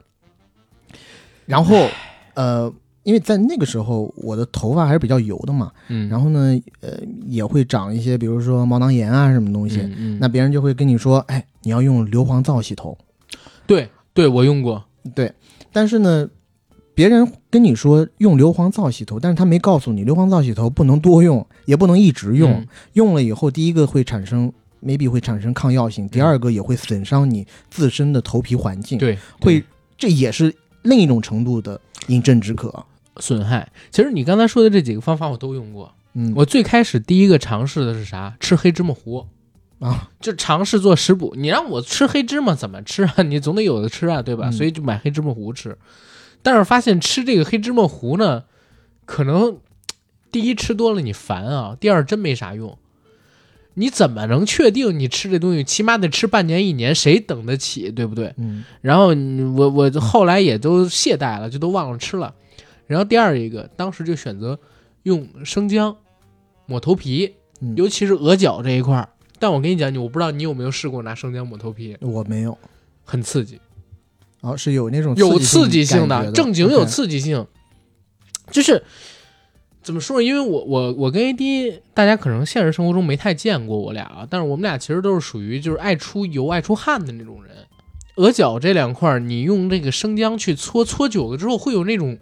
S2: 然后，呃，因为在那个时候我的头发还是比较油的嘛，
S1: 嗯，
S2: 然后呢，呃，也会长一些，比如说毛囊炎啊什么东西。
S1: 嗯嗯
S2: 那别人就会跟你说，哎，你要用硫磺皂洗头。
S1: 对对，我用过，
S2: 对，但是呢，别人跟你说用硫磺皂洗头，但是他没告诉你，硫磺皂洗头不能多用，也不能一直用。
S1: 嗯
S2: 用了以后，第一个会产生 maybe 会产生抗药性，第二个也会损伤你自身的头皮环境，
S1: 嗯对，
S2: 会这也是另一种程度的饮鸩止渴。
S1: 损害。其实你刚才说的这几个方法我都用过。
S2: 嗯，
S1: 我最开始第一个尝试的是啥？吃黑芝麻糊，
S2: 啊，
S1: 就尝试做食补。你让我吃黑芝麻怎么吃啊？你总得有的吃啊，对吧？
S2: 嗯
S1: 所以就买黑芝麻糊吃。但是发现吃这个黑芝麻糊呢，可能第一吃多了你烦啊，第二真没啥用。你怎么能确定你吃这东西，起码得吃半年一年，谁等得起，对不对？
S2: 嗯
S1: 然后你我我后来也都懈怠了，就都忘了吃了。然后第二一个，当时就选择用生姜抹头皮，
S2: 嗯，
S1: 尤其是额角这一块儿。但我跟你讲，你我不知道你有没有试过拿生姜抹头皮，
S2: 我没有，
S1: 很刺激，
S2: 哦，是有那种
S1: 有
S2: 刺
S1: 刺激性的，
S2: 感觉的，
S1: 正经有
S2: OK
S1: 刺激性。就是怎么说呢？因为我我我跟 AD，大家可能现实生活中没太见过我俩啊，但是我们俩其实都是属于就是爱出油、爱出汗的那种人。额角这两块儿，你用这个生姜去搓，搓久了之后会有那种，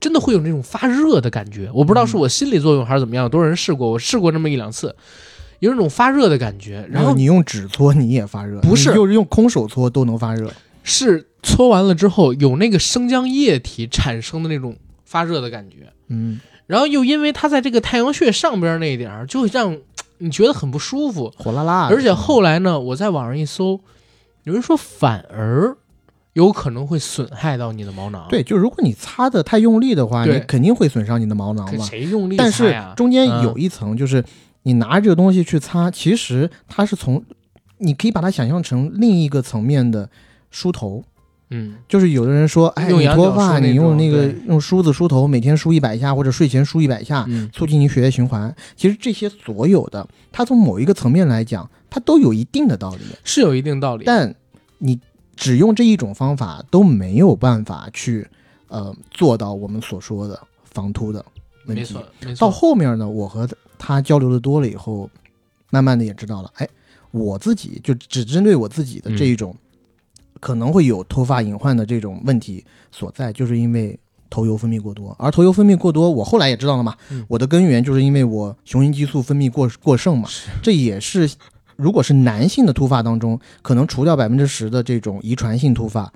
S1: 真的会有那种发热的感觉。我不知道是我心理作用还是怎么样，多少人试过，我试过那么一两次，有那种发热的感觉。然
S2: 没
S1: 后
S2: 有你用纸搓你也发热，
S1: 不是
S2: 你就是用空手搓都能发热。
S1: 是搓完了之后有那个生姜液体产生的那种发热的感觉。
S2: 嗯，
S1: 然后又因为它在这个太阳穴上边那一点儿，就会让你觉得很不舒服。
S2: 火辣辣的。
S1: 而且后来呢，我在网上一搜，有人说反而有可能会损害到你的毛囊。，
S2: 对，就如果你擦的太用力的话，
S1: 对
S2: 你肯定会损伤你的毛囊
S1: 可
S2: 嘛。
S1: 谁用力
S2: 但
S1: 擦
S2: 是
S1: 呀？
S2: 中间
S1: 嗯
S2: 有一层，就是你拿这个东西去擦，其实它是从，你可以把它想象成另一个层面的梳头。
S1: 嗯，
S2: 就是有的人说，哎，
S1: 用
S2: 你
S1: 羊
S2: 脱
S1: 角梳
S2: 发，
S1: 那
S2: 你用
S1: 种
S2: 那个
S1: 对
S2: 用梳子梳头，每天梳一百下，或者睡前梳一百下，
S1: 嗯
S2: 促进你血液循环。其实这些所有的，它从某一个层面来讲，它都有一定的道理。
S1: 是有一定道理。
S2: 但你只用这一种方法都没有办法去呃做到我们所说的防秃的问
S1: 没
S2: 题
S1: 错。，没
S2: 到
S1: 错。
S2: 后面呢，我和他交流的多了以后，慢慢的也知道了，哎，我自己就只针对我自己
S1: 嗯
S2: 的这一种、可能会有脱发隐患的这种问题所在，就是因为。头油分泌过多，而头油分泌过多，我后来也知道了嘛，
S1: 嗯
S2: 我的根源就是因为我雄性激素分泌过过剩嘛，这也是如果是男性的突发当中，可能除掉百分之十的这种遗传性突发，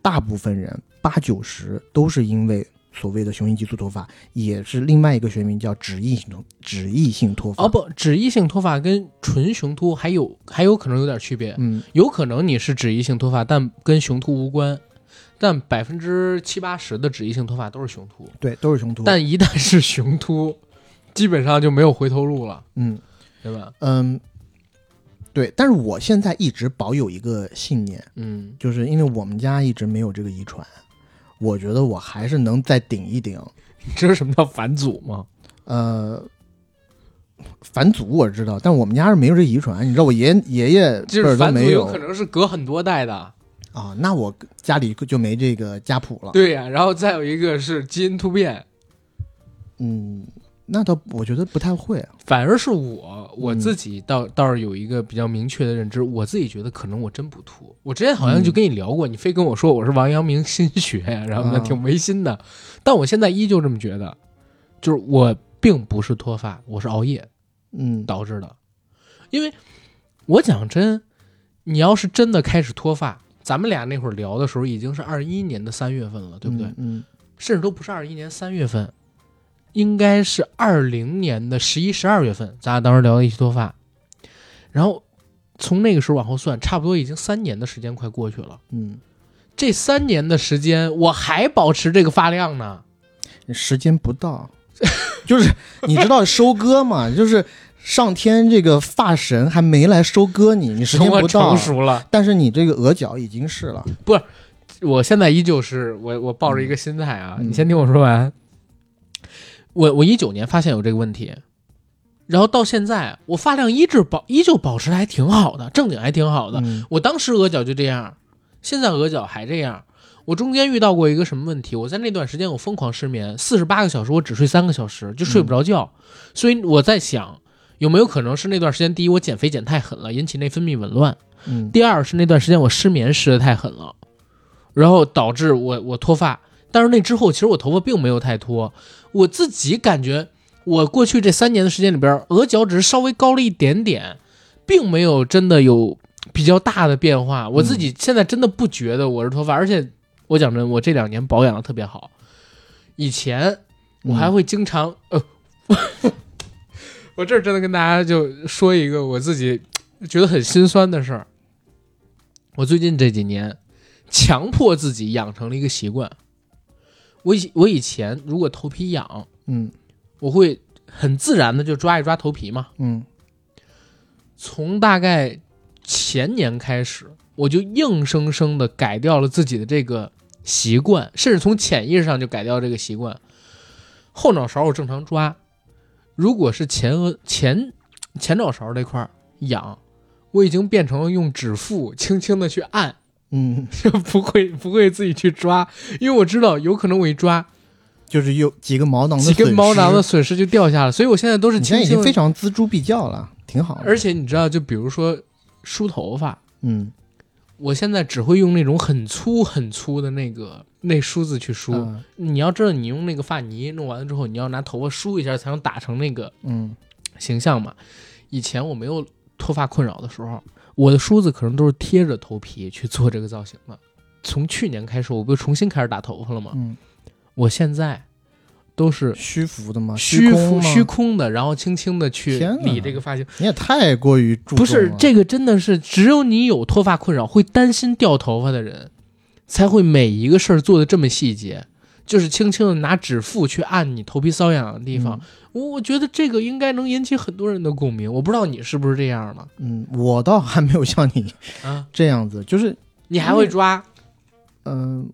S2: 大部分人八九十都是因为所谓的雄性激素脱发，也是另外一个学名叫脂溢性脱脂溢性脱发。
S1: 哦不，脂溢性脱发跟纯雄秃还有还有可能有点区别。
S2: 嗯，
S1: 有可能你是脂溢性脱发，但跟雄秃无关。但百分之七八十的脂溢性脱发都是雄秃。
S2: 对，都是雄秃。
S1: 但一旦是雄秃，基本上就没有回头路了，
S2: 嗯
S1: 对吧？
S2: 嗯，对，但是我现在一直保有一个信念，
S1: 嗯，
S2: 就是因为我们家一直没有这个遗传，我觉得我还是能再顶一顶。
S1: 你知道什么叫返祖吗？
S2: 呃，返祖我知道，但我们家是没有这遗传。你知道我爷爷爷辈
S1: 就
S2: 儿
S1: 是
S2: 都
S1: 返祖
S2: 没
S1: 有可能是隔很多代的，
S2: 啊，那我家里就没这个家谱了。
S1: 对呀、然后再有一个是基因突变，
S2: 嗯，那倒我觉得不太会。啊
S1: 反而是我我
S2: 嗯
S1: 自己倒、倒是有一个比较明确的认知，我自己觉得可能我真不秃。我之前好
S2: 嗯
S1: 像就跟你聊过，你非跟我说我是王阳明心学，然后呢
S2: 啊
S1: 挺违心的，但我现在依旧这么觉得，就是我并不是脱发，我是熬夜。
S2: 嗯，
S1: 导致的。因为我讲真，你要是真的开始脱发，咱们俩那会儿聊的时候已经是二一年的三月份了，对不对？
S2: 嗯，
S1: 甚至都不是二一年三月份，应该是二零年的十一、十二月份，咱俩当时聊了一起脱发，然后从那个时候往后算，差不多已经三年的时间快过去了。
S2: 嗯
S1: 这三年的时间，我还保持这个发量呢。
S2: 嗯，时间不到， 就是你知道收割嘛， 就是上天这个发神还没来收割你，你时间
S1: 我
S2: 不到
S1: 成。熟了，
S2: 但是你这个额角已经是了，
S1: 我现在依旧是我我抱着一个心态啊，
S2: 嗯
S1: 你先听我说完。我我一九年发现有这个问题，然后到现在，我发量一直保依旧保持的还挺好的，正经还挺好的。
S2: 嗯
S1: 我当时额角就这样，现在额角还这样。我中间遇到过一个什么问题？我在那段时间我疯狂失眠，四十八个小时，我只睡三个小时，就睡不着觉。所以我在想，有没有可能是那段时间，第一我减肥减太狠了，引起内分泌紊乱；
S2: 嗯，
S1: 第二是那段时间我失眠失的太狠了，然后导致我我脱发。但是那之后，其实我头发并没有太脱，我自己感觉我过去这三年的时间里边，额角只是稍微高了一点点，并没有真的有比较大的变化。我自己现在真的不觉得我是脱发，而且我讲真，我这两年保养的特别好。以前我还会经常、呃， 我这儿真的跟大家就说一个我自己觉得很心酸的事儿。我最近这几年强迫自己养成了一个习惯，我以我以前如果头皮痒，
S2: 嗯
S1: 我会很自然的就抓一抓头皮嘛。
S2: 嗯
S1: 从大概前年开始，我就硬生生的改掉了自己的这个习惯，甚至从潜意识上就改掉这个习惯。后脑勺我正常抓，如果是前额前前脑勺这块儿痒，我已经变成了用指腹轻轻的去按，
S2: 嗯，
S1: 就不会不会自己去抓，因为我知道有可能我一抓
S2: 就是有几个毛囊的
S1: 几根
S2: 损
S1: 毛
S2: 失
S1: 囊的，损失就掉下来，所以我现在都是
S2: 你
S1: 轻
S2: 现在已
S1: 轻
S2: 经
S1: 地
S2: 非常锱铢必较了，挺好的。
S1: 而且你知道，就比如说梳头发，
S2: 嗯，
S1: 我现在只会用那种很粗很粗的那个那梳子去梳。
S2: 啊
S1: 你要知道，你用那个发泥弄完了之后，你要拿头发梳一下才能打成那个
S2: 嗯
S1: 形象嘛。以前我没有脱发困扰的时候，我的梳子可能都是贴着头皮去做这个造型的。从去年开始，我不是重新开始打头发了吗？
S2: 嗯，
S1: 我现在都是
S2: 啊虚浮的吗？
S1: 虚
S2: 空
S1: 浮
S2: 吗
S1: 虚空的，然后轻轻的去
S2: 天哪
S1: 理这个发型。
S2: 你也太过于注重
S1: 不是
S2: 了
S1: 这个，真的是只有你有脱发困扰，会担心掉头发的人，才会每一个事儿做的这么细节，就是轻轻的拿指腹去按你头皮瘙痒的地方。，我我觉得这个应该能引起很多人的共鸣。我不知道你是不是这样的
S2: 嗯，嗯我倒还没有像你
S1: 啊？
S2: 这样子，就是
S1: 你还会抓，
S2: 嗯、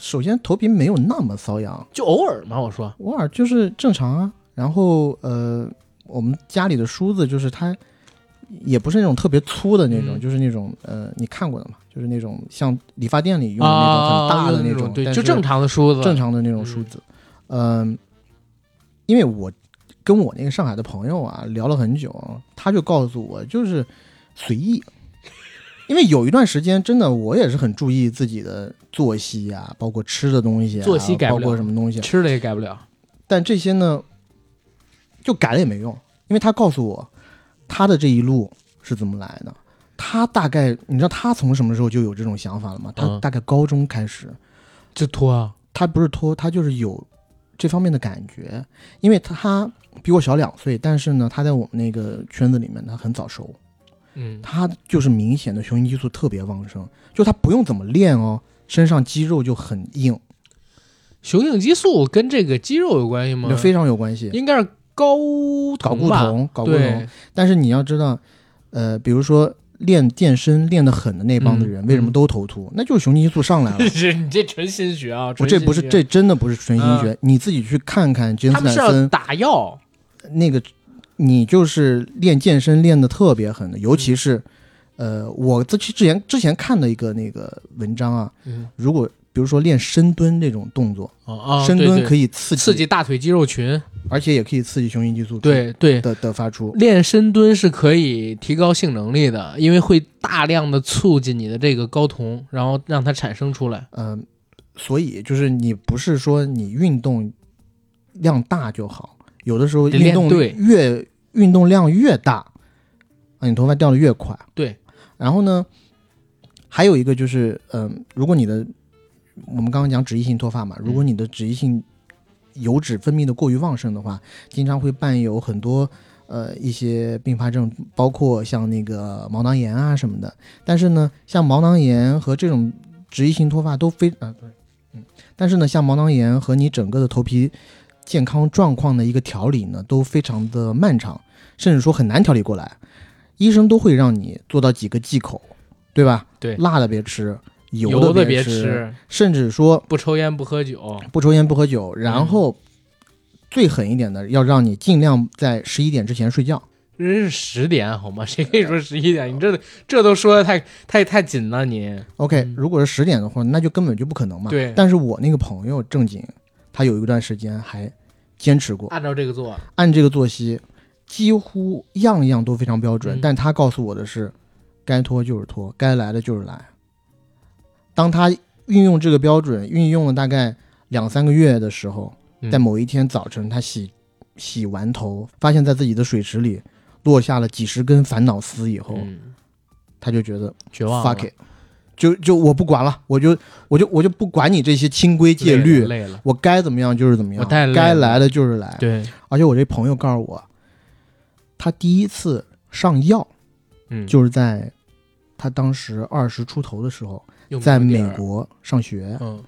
S2: 首先头皮没有那么瘙痒，
S1: 就偶尔嘛。我说，
S2: 偶尔就是正常啊。然后呃，我们家里的梳子就是它，也不是那种特别粗的那种，
S1: 嗯
S2: 就是那种呃，你看过的嘛，就是那种像理发店里用的
S1: 啊，
S2: 那种很大的
S1: 那
S2: 种，
S1: 对，
S2: 但
S1: 就是正常的梳子，
S2: 正常的那种梳子。嗯、因为我跟我那个上海的朋友啊聊了很久啊，他就告诉我就是随意。因为有一段时间，真的我也是很注意自己的作息啊，包括吃的东西、啊，
S1: 作息改不
S2: 包
S1: 了
S2: 括什么东西啊，
S1: 吃的也改不了。
S2: 但这些呢，就改了也没用，因为他告诉我他的这一路是怎么来的。他大概你知道他从什么时候就有这种想法了吗？他
S1: 嗯
S2: 大概高中开始，
S1: 就脱啊，
S2: 他不是拖，他就是有这方面的感觉，因为他比我小两岁，但是呢，他在我们那个圈子里面，他很早熟，
S1: 嗯，
S2: 他就是明显的雄性激素特别旺盛，就他不用怎么练哦，身上肌肉就很硬，
S1: 雄性激素跟这个肌肉有关系吗
S2: 就？非常有关系。
S1: 应该是睾
S2: 睾
S1: 酮
S2: 固
S1: 吧，
S2: 酮，睾固酮
S1: 对。，
S2: 但是你要知道，呃，比如说练健身练得狠的那帮的人，
S1: 嗯
S2: 为什么都头秃？那就是雄性激素上来 了。
S1: 这你这纯心学啊，
S2: 不，
S1: 纯
S2: 这
S1: 心
S2: 不是，
S1: 学
S2: 这真的不是纯心学。你自己去看看杰
S1: 嗯他
S2: 森斯
S1: 们是要
S2: 坦森，
S1: 打药，
S2: 那个你就是练健身练得特别狠的，尤
S1: 嗯
S2: 其是，呃，我之前之前之前看的一个那个文章啊，
S1: 嗯
S2: 如果比如说练深蹲这种动作，
S1: 啊，
S2: 深蹲
S1: 以
S2: 可以刺激，
S1: 刺激大腿肌肉群，
S2: 而且也可以刺激雄性激素
S1: 对对，
S2: 的的发出。
S1: 练深蹲是可以提高性能力的，因为会大量的促进你的这个睾酮，然后让它产生出来。
S2: 嗯、所以就是你不是说你运动量大就好，有的时候
S1: 得
S2: 运
S1: 练
S2: 动
S1: 对
S2: 越运动量越大，啊，你头发掉的越快。
S1: 对，
S2: 然后呢，还有一个就是，嗯、如果你的我们刚刚讲脂溢性脱发嘛，
S1: 嗯
S2: 如果你的脂溢性油脂分泌的过于旺盛的话，经常会伴有很多呃一些并发症，包括像那个毛囊炎啊什么的。但是呢，像毛囊炎和这种脂溢性脱发都非啊、对，嗯，但是呢，像毛囊炎和你整个的头皮健康状况的一个调理呢，都非常的漫长，甚至说很难调理过来。医生都会让你做到几个忌口，对吧？
S1: 对
S2: 辣的别吃，油
S1: 的
S2: 别
S1: 别
S2: 吃，，甚至说
S1: 不抽烟不喝酒，
S2: 不抽烟不喝酒，然后最狠一点的，要让你尽量在十一点之前睡觉。
S1: 真是十点好吗？谁跟你说十一点？你这这都说的太太太紧了你。
S2: OK，
S1: 嗯
S2: 如果是十点的话，那就根本就不可能嘛。
S1: 对
S2: 但是我那个朋友正经，他有一段时间还坚持过，
S1: 按照这个做，
S2: 按这个作息，几乎样样都非常标准。
S1: 嗯
S2: 但他告诉我的是，该拖就是拖，该来的就是来。当他运用这个标准，运用了大概两三个月的时候，
S1: 嗯
S2: 在某一天早晨，他洗洗完头，发现在自己的水池里落下了几十根烦恼丝以后，
S1: 嗯，
S2: 他就觉得
S1: 绝望了
S2: fuck it，就就我不管了，我就我就我就不管你这些清规戒
S1: 累
S2: 律
S1: 了，累了。
S2: 我该怎么样就是怎么样
S1: 我太累，了
S2: 该来的就是来。
S1: 对，
S2: 而且我这朋友告诉我，他第一次上药
S1: 嗯，
S2: 就是在他当时二十出头的时候，
S1: 用不
S2: 在
S1: 着地
S2: 美
S1: 儿。
S2: 国上学，
S1: 嗯，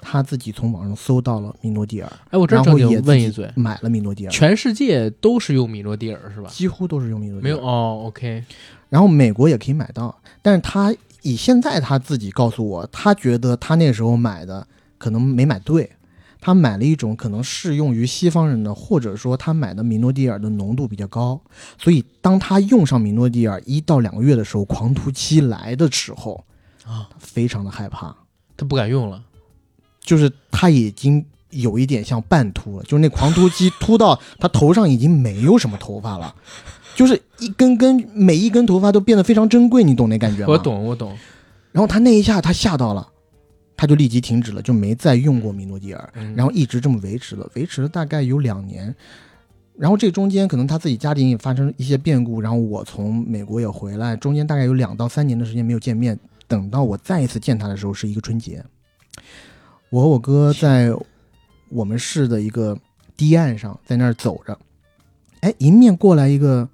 S2: 他自己从网上搜到了米诺地尔，
S1: 哎，我这
S2: 然
S1: 儿正
S2: 后也
S1: 经问一
S2: 自己
S1: 嘴，
S2: 买了米诺地尔，
S1: 全世界都是用米诺地尔是吧？
S2: 几乎都是用米诺地
S1: 没
S2: 尔
S1: 有。哦，OK，
S2: 然后美国也可以买到，但是他以现在他自己告诉我，他觉得他那时候买的可能没买对，他买了一种可能适用于西方人的，或者说他买的米诺地尔的浓度比较高，所以当他用上米诺地尔一到两个月的时候，狂突期来的时候，
S1: 啊，
S2: 他非常的害怕，
S1: 他不敢用了。
S2: 就是他已经。有一点像半秃了，就是那狂突期秃到他头上已经没有什么头发了， 就是一根根每一根头发都变得非常珍贵，你懂那感觉吗？
S1: 我懂，我懂。
S2: 然后他那一下他吓到了，他就立即停止了，就没再用过米诺地尔，
S1: 嗯
S2: 然后一直这么维持了，维持了大概有两年。然后这中间可能他自己家庭也发生一些变故，然后我从美国也回来，中间大概有两到三年的时间没有见面。等到我再一次见他的时候是一个春节，我和我哥在我们市的一个堤岸上在那儿走着，哎，迎面过来一个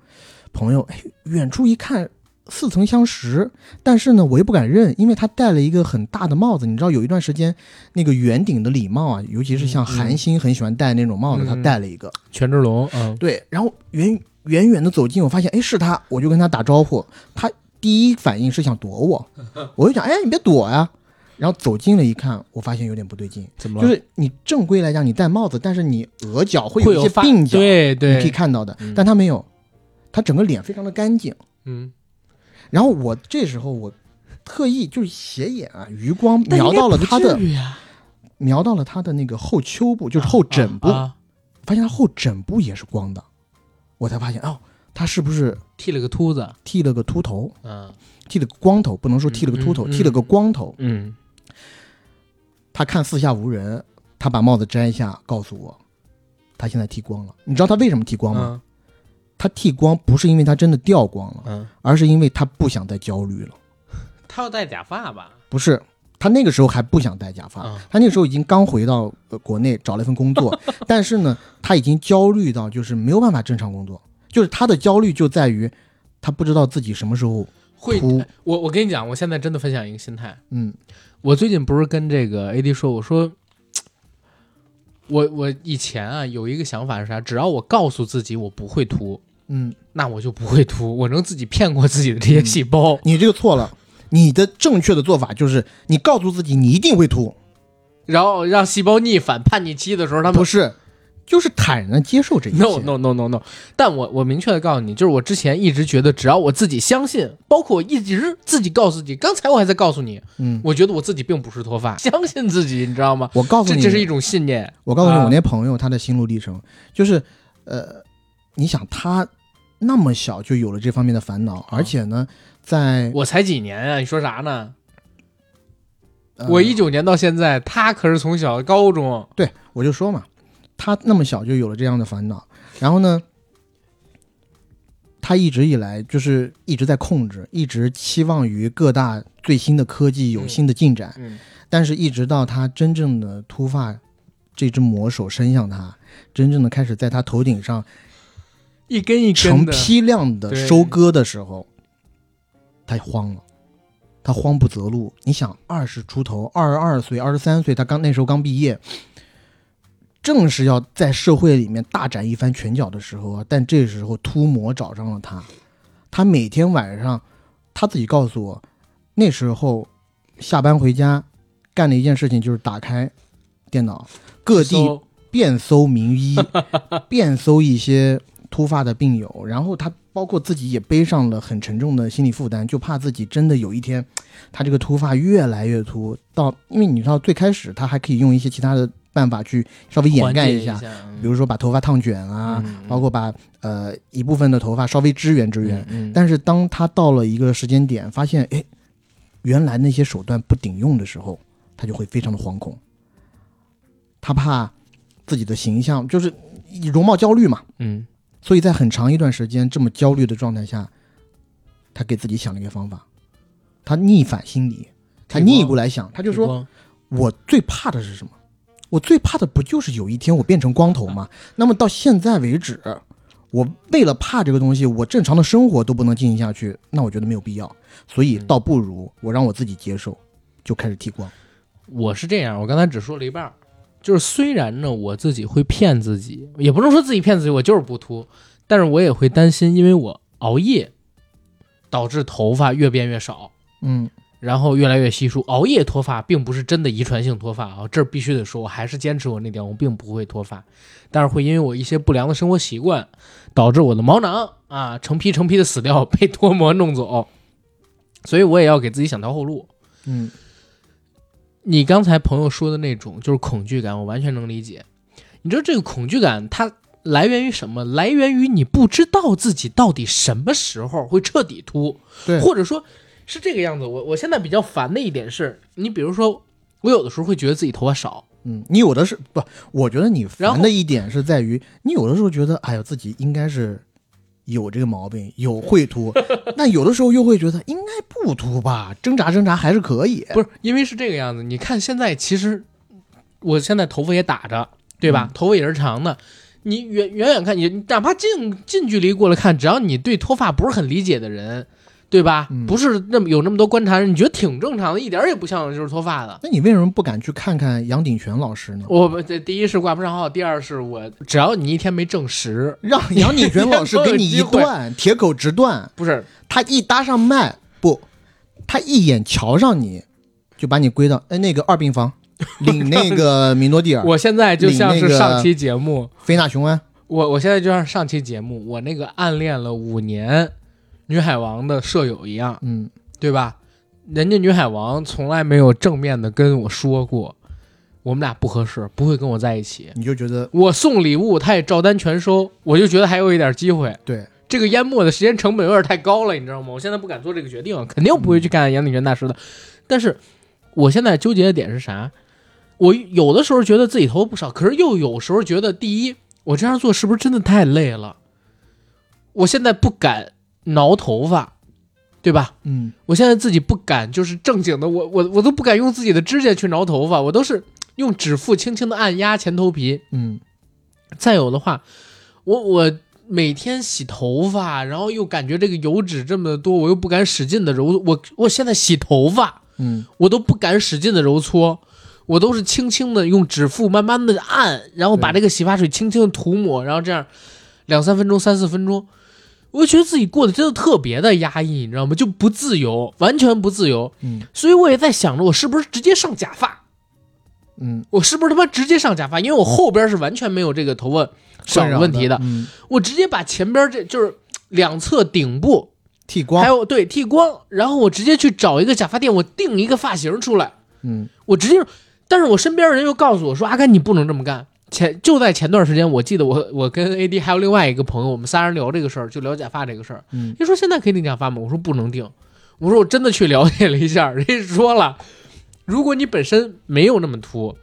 S2: 朋友，哎，远处一看似曾相识，但是呢，我又不敢认，因为他戴了一个很大的帽子。你知道，有一段时间那个圆顶的礼帽啊，尤其是像
S1: 嗯嗯
S2: 韩星很喜欢戴那种帽子，
S1: 嗯
S2: 他戴了一个。
S1: 权志龙，嗯，
S2: 对，然后远远远的走近，我发现哎是他，我就跟他打招呼，他第一反应是想躲 我，我就想哎你别躲呀、然后走近了一看，我发现有点不对劲，
S1: 怎么
S2: 就
S1: 了？
S2: 是你正规来讲你戴帽子，但是你额角会
S1: 会
S2: 有一些
S1: 发
S2: 鬓角，
S1: 对
S2: 你可以
S1: 对，
S2: 看到的
S1: 嗯，
S2: 但他没有，他整个脸非常的干净。
S1: 嗯，
S2: 然后我这时候我特意就是斜眼啊，余光
S1: 但应
S2: 瞄
S1: 该
S2: 到了
S1: 不
S2: 他
S1: 至
S2: 的
S1: 于啊
S2: 瞄到了他的那个后丘部，就是后枕部，
S1: 啊啊
S2: 发现他后枕部也是光的，我才发现哦，他是不是
S1: 剃了个秃子，
S2: 剃了个秃头，
S1: 嗯
S2: 剃了个光头，不能说剃了个秃头，
S1: 嗯嗯
S2: 剃了个光头。
S1: 嗯，
S2: 他看四下无人，他把帽子摘下，告诉我，他现在剃光了。你知道他为什么剃光吗？
S1: 嗯
S2: 他剃光不是因为他真的掉光了，
S1: 嗯，
S2: 而是因为他不想再焦虑了。
S1: 他要戴假发吧？
S2: 不是，他那个时候还不想戴假发，
S1: 嗯
S2: 他那时候已经刚回到、呃、国内找了一份工 作，但是呢，他已经焦虑到就是没有办法正常工作，就是他的焦虑就在于他不知道自己什么时候，
S1: 会
S2: 秃，
S1: 我我跟你讲，我现在真的分享一个心态。
S2: 嗯
S1: 我最近不是跟这个 AD 说，我说，我我以前啊有一个想法是啥？只要我告诉自己我不会秃，
S2: 嗯，
S1: 那我就不会秃，我能自己骗过自己的这些细胞。
S2: 你这个错了，你的正确的做法就是你告诉自己你一定会秃，
S1: 然后让细胞逆反叛逆期的时候，他们
S2: 不是，就是坦然的接受这一切。
S1: no no no no no。但我我明确的告诉你，就是我之前一直觉得，只要我自己相信，包括我一直自己告诉自己，刚才我还在告诉你，
S2: 嗯，
S1: 我觉得我自己并不是脱发，相信自己，嗯你知道吗？
S2: 我告诉
S1: 这
S2: 你，
S1: 这是一种信念。
S2: 我告诉你，
S1: 啊
S2: 我那朋友他的心路历程就是，呃，你想他那么小就有了这方面的烦恼，而且呢，在、
S1: 啊我才几年啊，你说啥呢？
S2: 呃
S1: 我一九年到现在，他可是从小高中，
S2: 对我就说嘛，他那么小就有了这样的烦恼，然后呢，他一直以来就是一直在控制，一直期望于各大最新的科技有
S1: 嗯
S2: 新的进展，
S1: 嗯，
S2: 但是一直到他真正的秃发这只魔手伸向他，真正的开始在他头顶上。
S1: 一根一根
S2: 成
S1: 的，
S2: 批量的
S1: 对
S2: 收割的时候，他慌了，他慌不择路。你想，二十出头，二十二岁、二十三岁，他刚那时候刚毕业，正是要在社会里面大展一番拳脚的时候啊。但这时候秃魔找上了他，他每天晚上，他自己告诉我，那时候下班回家干的一件事情就是打开电脑，各地
S1: 搜
S2: 遍搜名医， 遍搜一些突发的病友，然后他包括自己也背上了很沉重的心理负担，就怕自己真的有一天，他这个突发越来越突，到因为你知道最开始他还可以用一些其他的办法去稍微掩盖
S1: 一
S2: 一下，，比如说把头发烫卷啊，
S1: 嗯
S2: 包括把呃一部分的头发稍微支援支援。，
S1: 嗯嗯
S2: 但是当他到了一个时间点，发现哎，原来那些手段不顶用的时候，他就会非常的惶恐，他怕自己的形象就是容貌焦虑嘛，
S1: 嗯
S2: 所以在很长一段时间这么焦虑的状态下，他给自己想了一个方法，他逆反心理，他
S1: 剃光
S2: 逆过来想，他就说
S1: 剃光
S2: 我最怕的是什么？我最怕的不就是有一天我变成光头吗？那么到现在为止，我为了怕这个东西，我正常的生活都不能进行下去，那我觉得没有必要。所以
S1: 嗯
S2: 倒不如我让我自己接受，就开始剃光。
S1: 我是这样，我刚才只说了一半儿，就是虽然呢我自己会骗自己，也不能说自己骗自己，我就是不秃，但是我也会担心，因为我熬夜导致头发越变越少，
S2: 嗯
S1: 然后越来越稀疏。熬夜脱发并不是真的遗传性脱发啊，这儿必须得说，我还是坚持我那点，我并不会脱发，但是会因为我一些不良的生活习惯，导致我的毛囊啊成批成批的死掉， 被脱模弄走，所以我也要给自己想条后路。
S2: 嗯
S1: 你刚才朋友说的那种就是恐惧感，我完全能理解。你知道这个恐惧感它来源于什么？来源于你不知道自己到底什么时候会彻底秃，
S2: 对
S1: 或者说是这个样子。我我现在比较烦的一点是，你比如说，我有的时候会觉得自己头发少，
S2: 嗯，你有的是不？我觉得你
S1: 然
S2: 烦
S1: 后
S2: 的一点是在于，你有的时候觉得，哎呀，自己应该是有这个毛病，有会秃， 但有的时候又会觉得应该不秃吧，挣扎挣扎还是可以。
S1: 不是因为是这个样子。你看现在其实我现在头发也打着，对
S2: 嗯
S1: 吧？头发也是长的。你远远远看，你你哪怕近近距离过来看，只要你对脱发不是很理解的人，对吧？
S2: 嗯
S1: 不是那么有那么多观察人，你觉得挺正常的，一点儿也不像就是脱 发的。
S2: 那你为什么不敢去看看杨鼎全老师呢？
S1: 我不这第一是挂不上号，第二是我只要你一天没证实，
S2: 让杨鼎全老师给你
S1: 你
S2: 一
S1: 有机会
S2: 段铁口直断，
S1: 不是
S2: 他一搭上麦，不，他一眼瞧上你，就把你归到哎那个二病房，领那个米诺地尔、
S1: 我现在就像
S2: 啊领那
S1: 是
S2: 个
S1: 上期节目，
S2: 菲娜雄胺。
S1: 我我现在就像上期节目我那个暗恋了五年女海王的舍友一样，
S2: 嗯，
S1: 对吧？人家女海王从来没有正面的跟我说过，我们俩不合适，不会跟我在一起。
S2: 你就觉得
S1: 我送礼物，她也照单全收，我就觉得还有一点机会。
S2: 对，
S1: 这个淹没的时间成本有点太高了，你知道吗？我现在不敢做这个决定，肯定不会去看杨鼎元大师的。但是我现在纠结的点是啥？我有的时候觉得自己头发不少，可是又有时候觉得，第一，我这样做是不是真的太累了？我现在不敢挠头发，对吧？
S2: 嗯，
S1: 我现在自己不敢，就是正经的，我我我都不敢用自己的指甲去挠头发，我都是用指腹轻轻的按压前头皮。
S2: 嗯
S1: 再有的话，我我每天洗头发，然后又感觉这个油脂这么多，我又不敢使劲的揉，我我现在洗头发，
S2: 嗯，
S1: 我都不敢使劲的揉搓，我都是轻轻的用指腹慢慢的按，然后把
S2: 对
S1: 这个洗发水轻轻的涂抹，然后这样两三分钟、三四分钟，我就觉得自己过得真的特别的压抑，你知道吗？就不自由，完全不自由。
S2: 嗯
S1: 所以我也在想着，我是不是直接上假发？
S2: 嗯，
S1: 我是不是他妈直接上假发？因为我后边是完全没有这个头发少
S2: 困扰
S1: 的问题的，
S2: 嗯，
S1: 我直接把前边这就是两侧顶部
S2: 剃
S1: 还
S2: 光，
S1: 有对剃光，然后我直接去找一个假发店，我定一个发型出来，
S2: 嗯
S1: 我直接。但是我身边人又告诉我说：“阿甘，你不能这么干。”前就在前段时间，我记得我我跟 AD 还有另外一个朋友，我们仨人聊这个事儿，就聊假发这个事儿。
S2: 嗯，
S1: 人说现在可以定假发吗？我说不能定。我说我真的去了解了一下， 人家说了，如果你本身没有那么秃，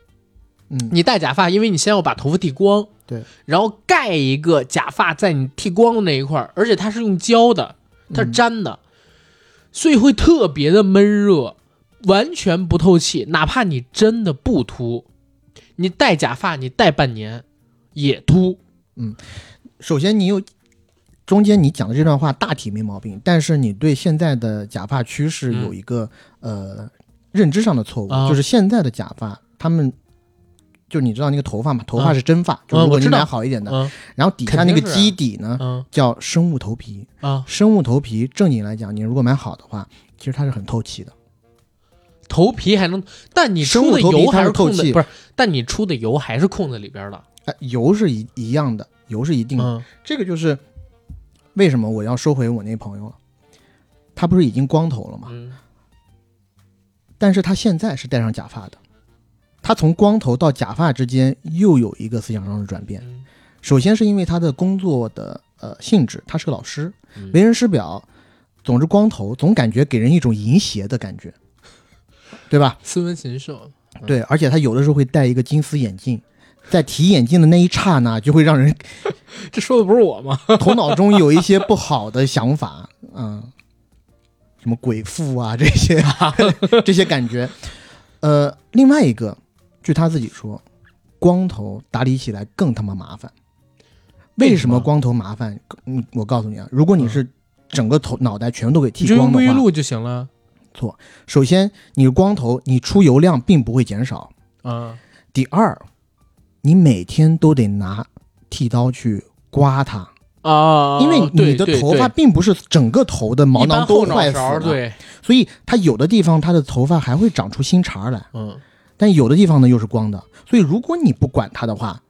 S2: 嗯，
S1: 你戴假发，因为你先要把头发剃光，
S2: 对，
S1: 然后盖一个假发在你剃光的那一块儿，而且它是用胶的，它
S2: 嗯
S1: 是粘的，所以会特别的闷热，完全不透气。哪怕你真的不秃，你戴假发你戴半年也秃，
S2: 首先你有。中间你讲的这段话大体没毛病，但是你对现在的假发趋势有一个、
S1: 嗯
S2: 呃认知上的错误，
S1: 啊
S2: 就是现在的假发，他们就你知道那个头发嘛，头发
S1: 啊
S2: 是真发，就
S1: 啊
S2: 如果
S1: 我
S2: 你
S1: 知道
S2: 买好一点的，
S1: 嗯
S2: 然后底下那
S1: 肯
S2: 个
S1: 定是啊
S2: 基底呢、
S1: 嗯
S2: 叫生物头皮，
S1: 啊，
S2: 生物头皮正经来讲，你如果买好的话，其实它是很透气的，
S1: 头皮还能，但你出的
S2: 生物头皮
S1: 油还
S2: 它是
S1: 是
S2: 透
S1: 控的，
S2: 气
S1: 不是？但你出的油还是控在里边的，
S2: 哎，油是一一样的，油是一定的。
S1: 嗯
S2: 这个就是为什么我要收回我那朋友了，他不是已经光头了吗？
S1: 嗯
S2: 但是他现在是戴上假发的，他从光头到假发之间又有一个思想上的转变。
S1: 嗯
S2: 首先是因为他的工作的呃性质，他是个老师
S1: 嗯，
S2: 为人师表，总之光头总感觉给人一种淫邪的感觉，对吧？
S1: 斯文禽兽，嗯
S2: 对，而且他有的时候会戴一个金丝眼镜，在提眼镜的那一刹那，就会让人
S1: 这说的不是我吗？
S2: 头脑中有一些不好的想法，嗯，什么鬼父啊 这些这些感觉。呃，另外一个，据他自己说，光头打理起来更他妈麻烦。
S1: 为
S2: 为
S1: 什
S2: 什
S1: 么
S2: 么光头麻烦？嗯，我告诉你啊，如果你是整个头脑袋全都给
S1: 你
S2: 剃
S1: 就用
S2: 光
S1: 沐
S2: 的
S1: 浴
S2: 话，
S1: 露就行了
S2: 首先你是光头，你出油量并不会减少。
S1: 啊。
S2: 第二，你每天都得拿剃刀去刮它。
S1: 啊，
S2: 因为你
S1: 对
S2: 的
S1: 对
S2: 头
S1: 对
S2: 发并不是整个头的毛
S1: 一般
S2: 囊都
S1: 后脑
S2: 坏死
S1: 勺
S2: 了，，
S1: 对，
S2: 所以它有的地方它的头发还会长出新茬儿来，
S1: 嗯，
S2: 但有的地方呢又是光的，所以如果你不管它的话，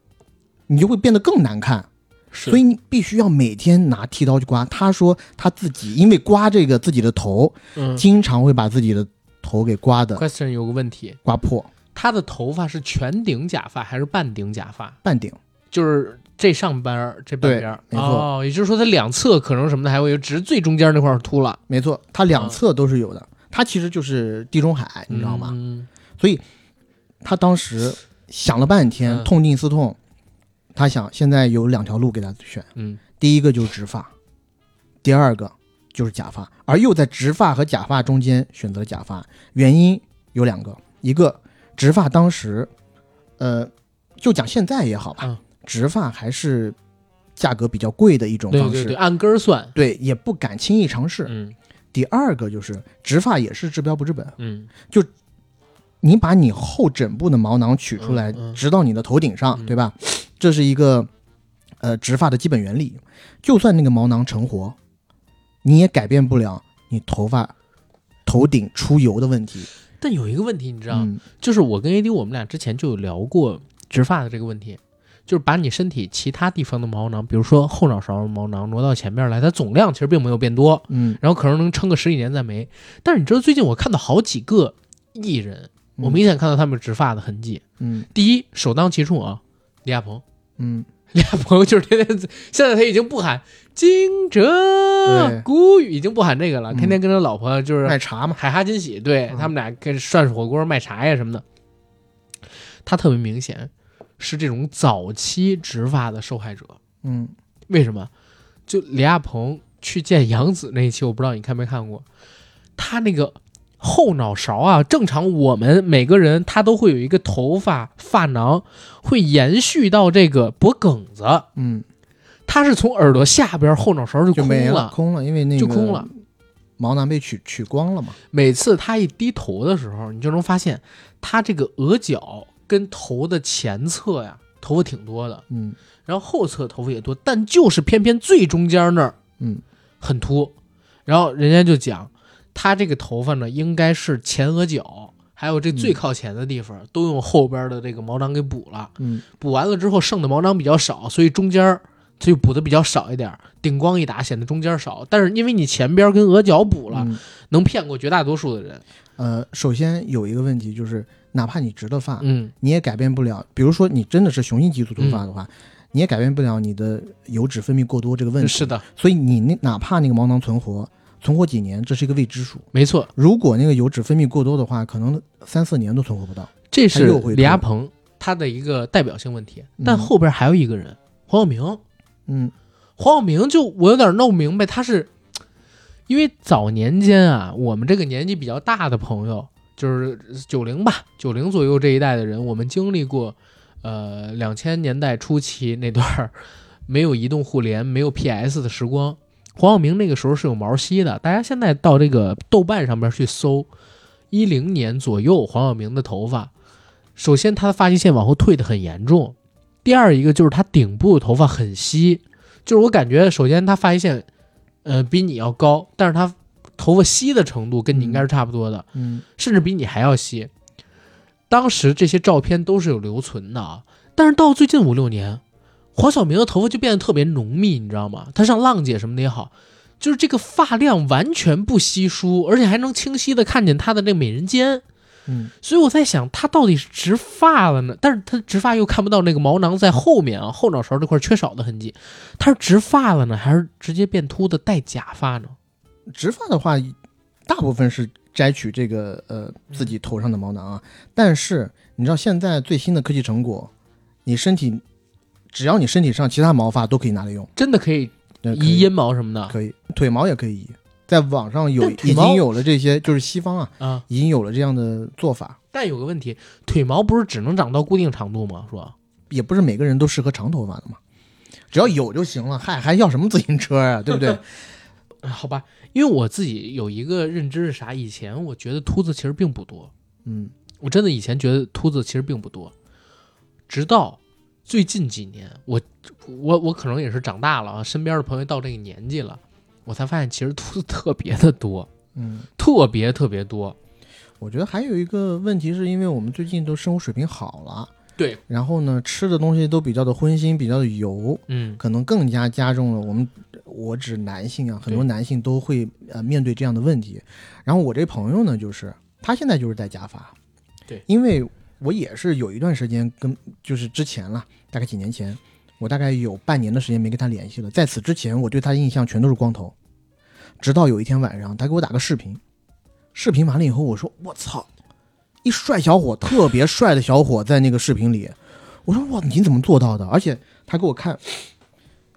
S2: 你就会变得更难看。
S1: 是
S2: 所以你必须要每天拿剃刀去刮。他说他自己因为刮这个自己的头，
S1: 嗯
S2: 经常会把自己的头给刮的
S1: ，question 有个问题，
S2: 刮破
S1: 他的头发是全顶假发还是半顶假发？
S2: 半顶。
S1: 就是这上边儿这半
S2: 对
S1: 边儿，
S2: 没错
S1: 哦，也就是说它两侧可能什么的还会有，只是最中间那块儿秃了，
S2: 没错，它两
S1: 啊
S2: 侧都是有的。它其实就是地中海，你知道吗？
S1: 嗯
S2: 他当时想了半天
S1: 嗯，
S2: 痛定思痛，他想现在有两条路给他选，
S1: 嗯，
S2: 第一个就是植发，第二个就是假发，而又在植发和假发中间选择了假发，原因有两个，一个植发当时，呃，就讲现在也好吧，
S1: 嗯
S2: 植发还是价格比较贵的一种
S1: 对
S2: 方
S1: 对
S2: 式，
S1: 对，按根儿算，
S2: 对也不敢轻易尝试。
S1: 嗯
S2: 第二个就是植发也是治标不治本，
S1: 嗯
S2: 你把你后枕部的毛囊取出来
S1: 嗯嗯，
S2: 直到你的头顶上
S1: 嗯，
S2: 对吧？这是一个呃植发的基本原理。就算那个毛囊成活，你也改变不了你头发头顶出油的问题。
S1: 但有一个问题你知道，
S2: 嗯，
S1: 就是啊我跟 AD 我们俩之前就有聊过植发的这个问题，就是把你身体其他地方的毛囊，比如说后脑勺毛囊挪到前面来，它总量其实并没有变多，
S2: 嗯，
S1: 然后可能能撑个十几年再没。但是你知道最近我看到好几个艺人，我明显看到他们植发的痕迹。
S2: 嗯
S1: 第一，首当其冲啊，李亚鹏，
S2: 嗯
S1: 李亚鹏 就是天天，现在他已经不喊惊蛰
S2: 对
S1: 谷雨，已经不喊这个了，天天跟他老婆就是啊
S2: 嗯，卖茶嘛，
S1: 海哈金喜，对、
S2: 嗯
S1: 他们俩跟涮火锅、卖茶呀什么的，他特别明显是这种早期植发的受害者。
S2: 嗯
S1: 为什么？就李亚鹏去见杨紫那一期，我不知道你看没看过，他那个后脑勺啊，正常我们每个人他都会有一个头发发囊会延续到这个脖梗子，
S2: 嗯，
S1: 他是从耳朵下边后脑勺就
S2: 就
S1: 空
S2: 没
S1: 了，
S2: 空了，因为那个
S1: 就空了。，
S2: 毛囊被取取光了嘛。
S1: 每次他一低头的时候，你就能发现他这个额角跟头的前侧呀，头发挺多的，
S2: 嗯
S1: 然后后侧头发也多，但就是偏偏最中间那儿
S2: 嗯
S1: 很秃。然后人家就讲，他这个头发呢，应该是前额角还有这最靠前的地方、都用后边的这个毛囊给补了，
S2: 嗯
S1: 补完了之后剩的毛囊比较少，所以中间儿它就补的比较少一点儿，顶光一打显得中间儿少。但是因为你前边儿跟额角补了，
S2: 嗯
S1: 能骗过绝大多数的人。
S2: 呃，首先有一个问题就是，哪怕你植了发，
S1: 嗯
S2: 你也改变不了。比如说，你真的是雄性激素突发的话，你也改变不了你的油脂分泌过多这个问，题。
S1: 是的，
S2: 所以你那哪怕那个毛囊存活，存活几年，这是一个未知数。
S1: 没错，
S2: 如果那个油脂分泌过多的话，可能三四年都存活不到。
S1: 这是
S2: 他又会
S1: 李亚
S2: 吐
S1: 鹏他的一个代表性问题。
S2: 嗯
S1: 但后边还有一个人，黄晓明。
S2: 嗯
S1: 黄晓明就我有点弄不明白，他是因为早年间啊，我们这个年纪比较大的朋友，就是九零吧，九零左右这一代的人，我们经历过，呃，两千年代初期那段儿没有移动互联、没有 PS 的时光。黄晓明那个时候是有毛吸的，大家现在到这个豆瓣上面去搜，一零年左右黄晓明的头发，首先他的发际线往后退得很严重，第二一个就是他顶部头发很稀，就是我感觉，首先他发际线，呃，比你要高，但是他头发稀的程度跟你应该是差不多的，
S2: 嗯
S1: 甚至比你还要稀。当时这些照片都是有留存的啊，但是到最近五六年，黄晓明的头发就变得特别浓密，你知道吗？他上浪姐什么的也好，就是这个发量完全不稀疏，而且还能清晰的看见他的这个美人尖。
S2: 嗯，
S1: 所以我在想，他到底是植发了呢？但是他植发又看不到那个毛囊在后面啊，后脑勺这块缺少的痕迹。他是植发了呢，还是直接变秃的戴假发呢？
S2: 植发的话，大部分是摘取这个呃自己头上的毛囊啊。但是你知道现在最新的科技成果，你身体只要你身体上其他毛发都可以拿来用，
S1: 真的可以
S2: 对可
S1: 移
S2: 以
S1: 阴毛什么的
S2: 可以，腿毛也可以移。在网上有
S1: 但
S2: 已
S1: 腿毛
S2: 经有了这些，就是西方啊
S1: 啊？
S2: 已经有了这样的做法，
S1: 但有个问题，腿毛不是只能长到固定长度吗？是吧？
S2: 也不是每个人都适合长头发的嘛。只要有就行了，嗨，还要什么自行车啊，对 不对？
S1: 哎好吧，因为我自己有一个认知是啥？以前我觉得秃子其实并不多，
S2: 嗯，
S1: 我真的以前觉得秃子其实并不多，直到最近几年，我我我可能也是长大了啊，身边的朋友到这个年纪了，我才发现其实秃子特别的多，
S2: 嗯，
S1: 特别特别多。
S2: 我觉得还有一个问题，是因为我们最近都生活水平好了，
S1: 对，
S2: 然后呢，吃的东西都比较的荤腥，比较的油，
S1: 嗯，
S2: 可能更加加重了我们，我指男性啊，很多
S1: 对
S2: 男性都会呃面对这样的问题。然后我这朋友呢，就是他现在就是戴假发，
S1: 对
S2: 因为我也是有一段时间跟就是之前了，大概几年前，我大概有半年的时间没跟他联系了。在此之前，我对他的印象全都是光头，直到有一天晚上，他给我打个视频，视频完了以后，我说我操，一帅小伙，特别帅的小伙在那个视频里，我说哇，你怎么做到的？而且他给我看，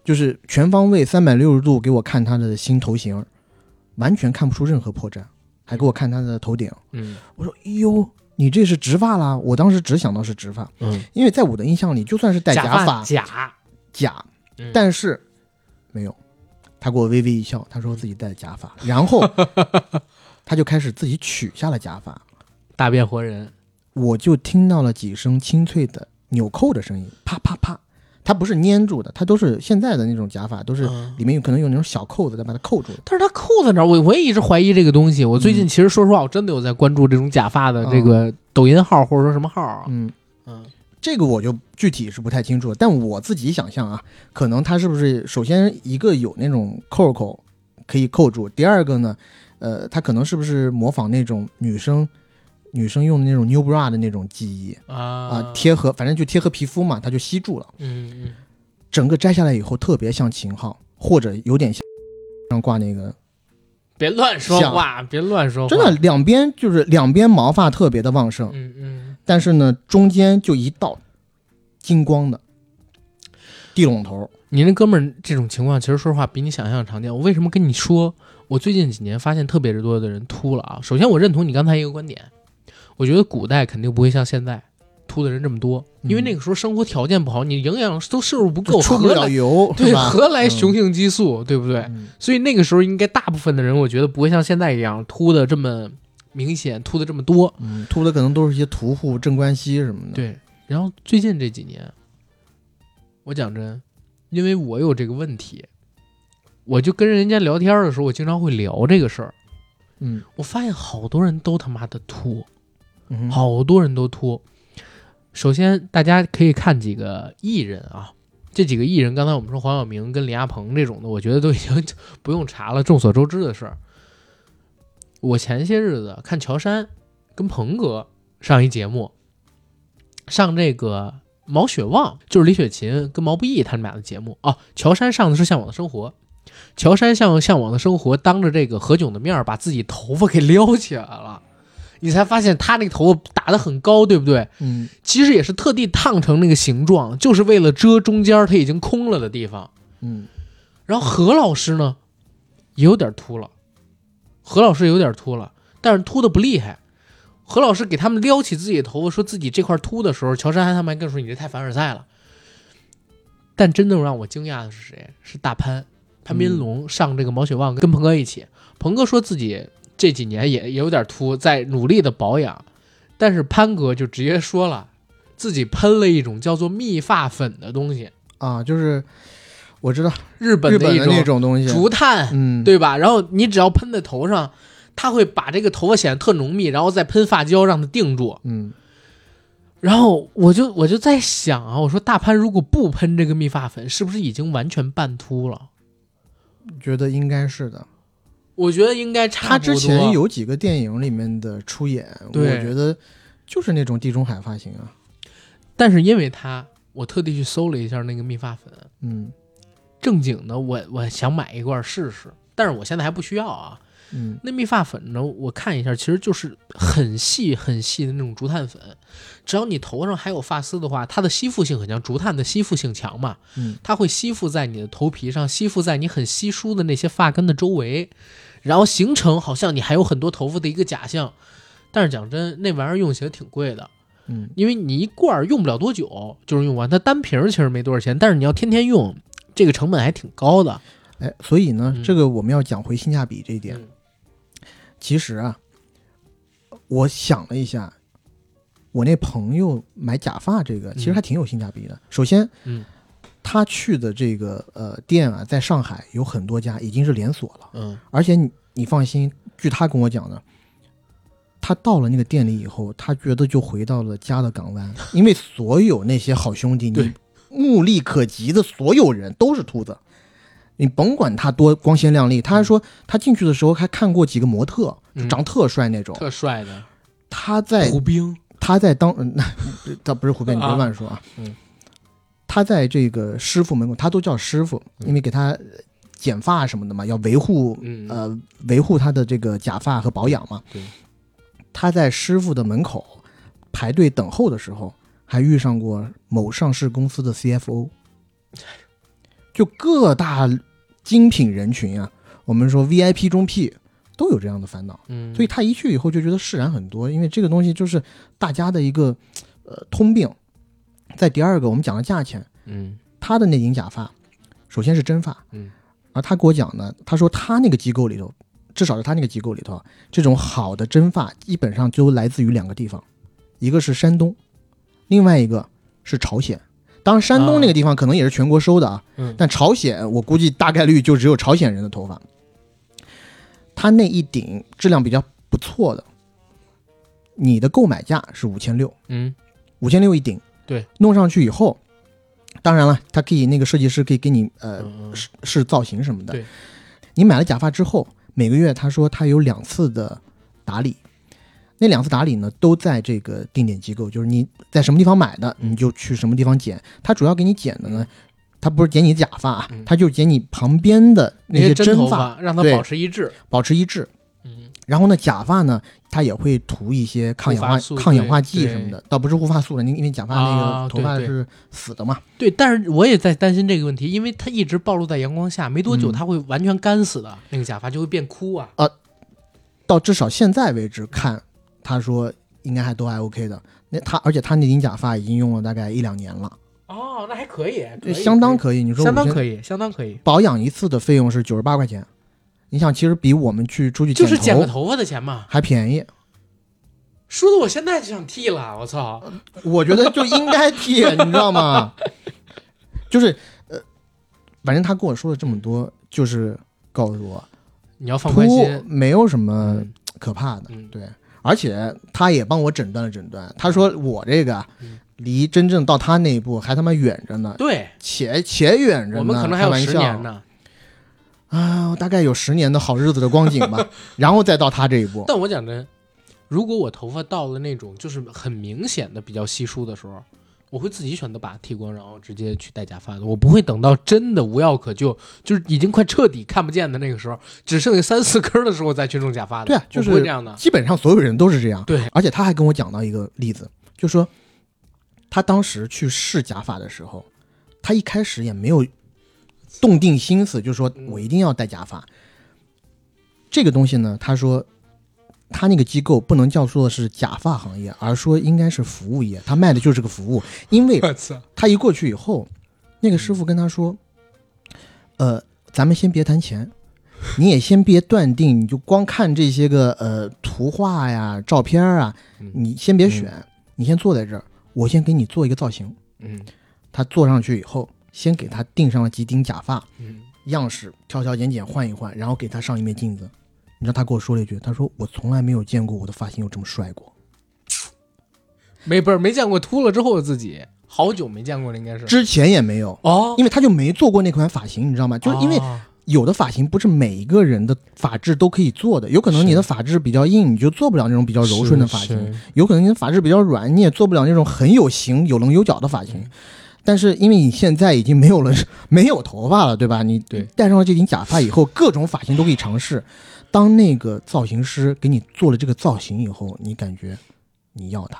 S2: 就是全方位三百六十度给我看他的新头型，完全看不出任何破绽，还给我看他的头顶。
S1: 嗯
S2: 我说哎呦，你这是植发啦！我当时只想到是植发，
S1: 嗯，
S2: 因为在我的印象里，就算是戴假
S1: 发
S2: 发
S1: 假，
S2: 假，
S1: 嗯
S2: 但是没有。他给我微微一笑，他说自己戴假发，然后他就开始自己取下了假发。
S1: 大变活人，
S2: 我就听到了几声清脆的纽扣的声音，啪啪啪。它不是粘住的，它都是现在的那种假发，都是
S1: 嗯
S2: 里面有可能有那种小扣子再把它扣住了。
S1: 但是他扣在哪儿？我我也一直怀疑这个东西。我
S2: 嗯
S1: 最近其实说实话，我真的有在关注这种假发的这个抖音号或者说什么号啊。
S2: 嗯，
S1: 嗯
S2: 这个我就具体是不太清楚了，但我自己想象啊，可能它是不是首先一个有那种扣扣可以扣住，第二个呢，呃，它可能是不是模仿那种女生女生用的那种 new bra 的那种技艺啊、
S1: 啊
S2: 贴合反正就贴合皮肤嘛，它就吸住了。
S1: 嗯嗯
S2: 整个摘下来以后特别像秦昊，或者有点像上挂那个，
S1: 别乱说话，别乱说话。
S2: 真的，两边就是两边毛发特别的旺盛，
S1: 嗯嗯，
S2: 但是呢中间就一道金光的地拢头，
S1: 你那哥们儿这种情况，其实说实话比你想象的常见。我为什么跟你说，我最近几年发现特别多的人秃了啊？首先，我认同你刚才一个观点，我觉得古代肯定不会像现在秃的人这么多，因为那个时候生活条件不好，你营养都摄入不够，
S2: 嗯出不
S1: 何
S2: 了
S1: 来
S2: 油，
S1: 对
S2: 是吧？
S1: 何来雄性激素，对不对？
S2: 嗯
S1: 所以那个时候应该大部分的人，我觉得不会像现在一样秃的这么明显，秃的这么多。
S2: 嗯，秃的可能都是一些屠户、镇关西什么的。，
S1: 对，然后最近这几年，我讲真，因为我有这个问题，我就跟人家聊天的时候，我经常会聊这个事儿。
S2: 嗯，
S1: 我发现好多人都他妈的秃，
S2: 嗯，
S1: 好多人都秃。首先，大家可以看几个艺人啊，这几个艺人，刚才我们说黄晓明跟林亚鹏这种的，我觉得都已经 不用查了，众所周知的事儿。我前些日子看乔杉跟鹏哥上一节目，上这个毛血旺，就是李雪琴跟毛不易他们俩的节目哦。乔杉上的是《向往的生活》，乔杉向《向往的生活》当着这个何炅的面儿把自己头发给撩起来了，你才发现他那个头发打得很高，对不对？
S2: 嗯，
S1: 其实也是特地烫成那个形状，就是为了遮中间他已经空了的地方。
S2: 嗯，
S1: 然后何老师呢，也有点秃了，何老师有点秃了，但是秃的不厉害。何老师给他们撩起自己的头发，说自己这块秃的时候，乔杉还他们还跟我说你这太凡尔赛了。但真正让我惊讶的是谁？是大潘潘斌
S2: 嗯
S1: 龙上这个毛血旺跟鹏哥一起，鹏哥说自己这几年也也有点秃，在努力的保养，但是潘哥就直接说了，自己喷了一种叫做密发粉的东西，
S2: 啊，就是我知道
S1: 日本
S2: 日
S1: 的
S2: 本
S1: 一
S2: 的
S1: 种
S2: 那种东西，
S1: 竹炭，
S2: 嗯，，
S1: 对吧？然后你只要喷在头上，它会把这个头发显得特浓密，然后再喷发胶让它定住。
S2: 嗯，
S1: 然后我就我就在想啊，我说大潘如果不喷这个蜜发粉，是不是已经完全半秃了？
S2: 觉得应该是的。
S1: 我觉得应该差
S2: 他
S1: 不多。
S2: 之前有几个电影里面的出演，我
S1: 对
S2: 觉得就是那种地中海发型啊。
S1: 但是因为他，我特地去搜了一下那个蜜发粉，
S2: 嗯
S1: 正经的我我想买一罐试试，但是我现在还不需要啊。
S2: 嗯
S1: 那蜜发粉呢，我看一下，其实就是很细很细的那种竹炭粉，只要你头上还有发丝的话，它的吸附性很强，竹炭的吸附性强嘛，
S2: 嗯，
S1: 它会吸附在你的头皮上，吸附在你很稀疏的那些发根的周围，然后形成好像你还有很多头发的一个假象。但是讲真，那玩意儿用起来挺贵的，
S2: 嗯，
S1: 因为你一罐儿用不了多久就是用完，它单瓶儿其实没多少钱，但是你要天天用，这个成本还挺高的。
S2: 哎，所以呢，
S1: 嗯
S2: 这个我们要讲回性价比这一点。
S1: 嗯
S2: 其实啊，我想了一下，我那朋友买假发这个，其实还挺有性价比的。首先，
S1: 嗯
S2: 他去的这个呃店啊，在上海有很多家，已经是连锁了。
S1: 嗯
S2: 而且你你放心，据他跟我讲的，他到了那个店里以后，他觉得就回到了家的港湾，因为所有那些好兄弟，你
S1: 对
S2: 目力可及的所有人都是秃子，你甭管他多光鲜亮丽，他还说他进去的时候还看过几个模特，
S1: 嗯
S2: 长哎特帅那种。
S1: 特帅的
S2: 他在
S1: 胡兵，
S2: 他在当，嗯那、他不是胡编，你别乱说啊。
S1: 嗯，
S2: 他在这个师傅门口，他都叫师傅，
S1: 嗯
S2: 因为给他剪发什么的嘛，要维护
S1: 嗯
S2: 呃维护他的这个假发和保养嘛。
S1: 对，
S2: 他在师傅的门口排队等候的时候，还遇上过某上市公司的 CFO，就各大精品人群啊，我们说 VIP 中 P 都有这样的烦恼，
S1: 嗯，
S2: 所以他一去以后就觉得释然很多，因为这个东西就是大家的一个呃通病。在第二个，我们讲了价钱，
S1: 嗯
S2: 他的那顶假发，首先是真发，
S1: 嗯，
S2: 而他给我讲呢，他说他那个机构里头，至少是他那个机构里头，这种好的真发基本上就来自于两个地方，一个是山东，另外一个是朝鲜。当然，山东那个地方可能也是全国收的啊，
S1: 嗯
S2: 但朝鲜我估计大概率就只有朝鲜人的头发。他那一顶质量比较不错的，你的购买价是五千六，
S1: 嗯
S2: 五千六一顶，
S1: 对，
S2: 弄上去以后，当然了，他可以那个设计师可以给你呃
S1: 嗯
S2: 试试造型什么的。
S1: 对，
S2: 你买了假发之后，每个月他说他有两次的打理，那两次打理呢都在这个定点机构，就是你在什么地方买的，
S1: 嗯
S2: 你就去什么地方剪。他主要给你剪的呢，他不是剪你假发啊
S1: 嗯，
S2: 他就剪你旁边的那些
S1: 真
S2: 真
S1: 头
S2: 发，
S1: 发让它
S2: 对
S1: 保持一致，
S2: 保持一致。
S1: 嗯
S2: 然后呢，假发呢，它也会涂一些抗氧
S1: 护
S2: 化
S1: 发素
S2: 抗氧化剂
S1: 对
S2: 什么的，倒不是护发素了，因为因为假发那
S1: 啊
S2: 个头发
S1: 对对
S2: 是死的嘛。
S1: 对，但是我也在担心这个问题，因为它一直暴露在阳光下，没多久
S2: 嗯
S1: 它会完全干死的，那个假发就会变枯啊。
S2: 到至少现在为止看，他说应该还都还 OK 的。那他而且他那顶假发已经用了大概一两年了，
S1: 哦，那还可以，
S2: 这相当
S1: 可
S2: 可以。你
S1: 以
S2: 说
S1: 相当
S2: 5000
S1: 可以，相当可以，
S2: 保养一次的费用是九十八块钱，你想其实比我们去出去
S1: 就是剪
S2: 头
S1: 个头发的钱嘛。
S2: 还便宜。
S1: 说的我现在就想剃了，我操！
S2: 我觉得就应该剃，你知道吗？ 就是呃，反正他跟我说了这么多，就是告诉我。
S1: 你要放宽
S2: 秃
S1: 心，
S2: 没有什么
S1: 嗯
S2: 可怕的，
S1: 嗯
S2: 对，而且他也帮我诊断了诊断，他说我这个
S1: 嗯
S2: 离真正到他那一步还他妈远着呢，
S1: 对
S2: 且且远着呢，
S1: 我们可能还有
S2: 开玩
S1: 十
S2: 笑
S1: 年呢。
S2: 啊，我大概有十年的好日子的光景 吧，然后再到他这一步，
S1: 但我讲真，如果我头发到了那种就是很明显的比较稀疏的时候，我会自己选择把它剃光，然后直接去戴假发的。我不会等到真的无药可救，就是已经快彻底看不见的那个时候，只剩下三四根的时候再去弄假发的。
S2: 对啊就是
S1: 我不会这样的。
S2: 基本上所有人都是这样，
S1: 对，
S2: 而且他还跟我讲到一个例子，就说他当时去试假发的时候，他一开始也没有动定心思，就说
S1: 嗯
S2: 我一定要戴假发。这个东西呢，他说他那个机构不能叫做是假发行业，而说应该是服务业，他卖的就是个服务，因为
S1: 我操！
S2: 他一过去以后，那个师傅跟他说：“呃，咱们先别谈钱，你也先别断定，你就光看这些个呃图画呀、照片啊，
S1: 嗯
S2: 你先别选，你先坐在这儿，我先给你做一个造型。
S1: 嗯”
S2: 他坐上去以后，先给他定上了几顶假发
S1: 嗯，
S2: 样式，挑挑拣拣换一换，然后给他上一面镜子。你知道他跟我说了一句：“他说我从来没有见过我的发型有这么帅过。”
S1: 没不是没见过秃了之后的自己，好久没见过了，应该是
S2: 之前也没有，
S1: 哦，
S2: 因为他就没做过那款发型，你知道吗？就是因为
S1: 哦
S2: 有的发型不是每一个人的发质都可以做的，有可能你的
S1: 是
S2: 发质比较硬，你就做不了那种比较柔顺的发型；
S1: 是是
S2: 有可能你的发质比较软，你也做不了那种很有型、有棱有角的发型
S1: 嗯。
S2: 但是因为你现在已经没有了 没有头发了，对吧？你
S1: 对
S2: 戴上了这顶假发以后，各种发型都可以尝试。当那个造型师给你做了这个造型以后，你感觉你要它，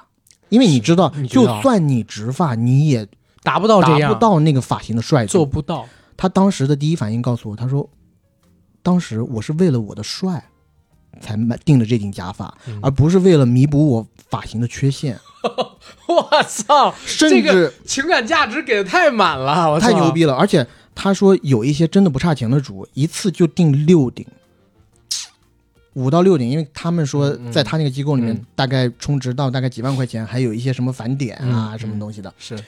S2: 因为你
S1: 是
S2: 知道，
S1: 你知
S2: 就
S1: 道
S2: 算你直发，你也
S1: 达不到这
S2: 达
S1: 样，
S2: 不到那个发型的帅度，
S1: 做不到，
S2: 他当时的第一反应告诉我，他说，当时我是为了我的帅，才买定的这顶假发，
S1: 嗯
S2: 而不是为了弥补我发型的缺陷，
S1: 我操，
S2: 甚
S1: 这个啊
S2: 至
S1: 情感价值给的太满了，我操
S2: 太牛，逼了。而且他说有一些真的不差钱的主，一次就定六顶。五到六顶，因为他们说
S1: 嗯嗯
S2: 在他那个机构里面
S1: 嗯，
S2: 大概充值到大概几万块钱，还有一些什么返点啊，
S1: 嗯
S2: 什么东西的。
S1: 是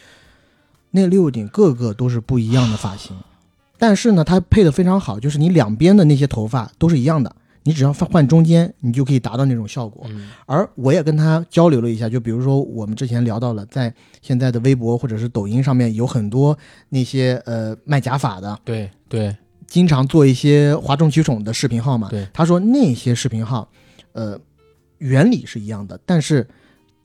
S2: 那六顶个个都是不一样的发型，但是呢，它配的非常好，就是你两边的那些头发都是一样的，你只要换换中间，你就可以达到那种效果。
S1: 嗯
S2: 而我也跟他交流了一下，就比如说我们之前聊到了，在现在的微博或者是抖音上面有很多那些呃卖假发的，
S1: 对对，
S2: 经常做一些哗众取宠的视频号嘛。
S1: 对
S2: 他说那些视频号，呃，原理是一样的，但是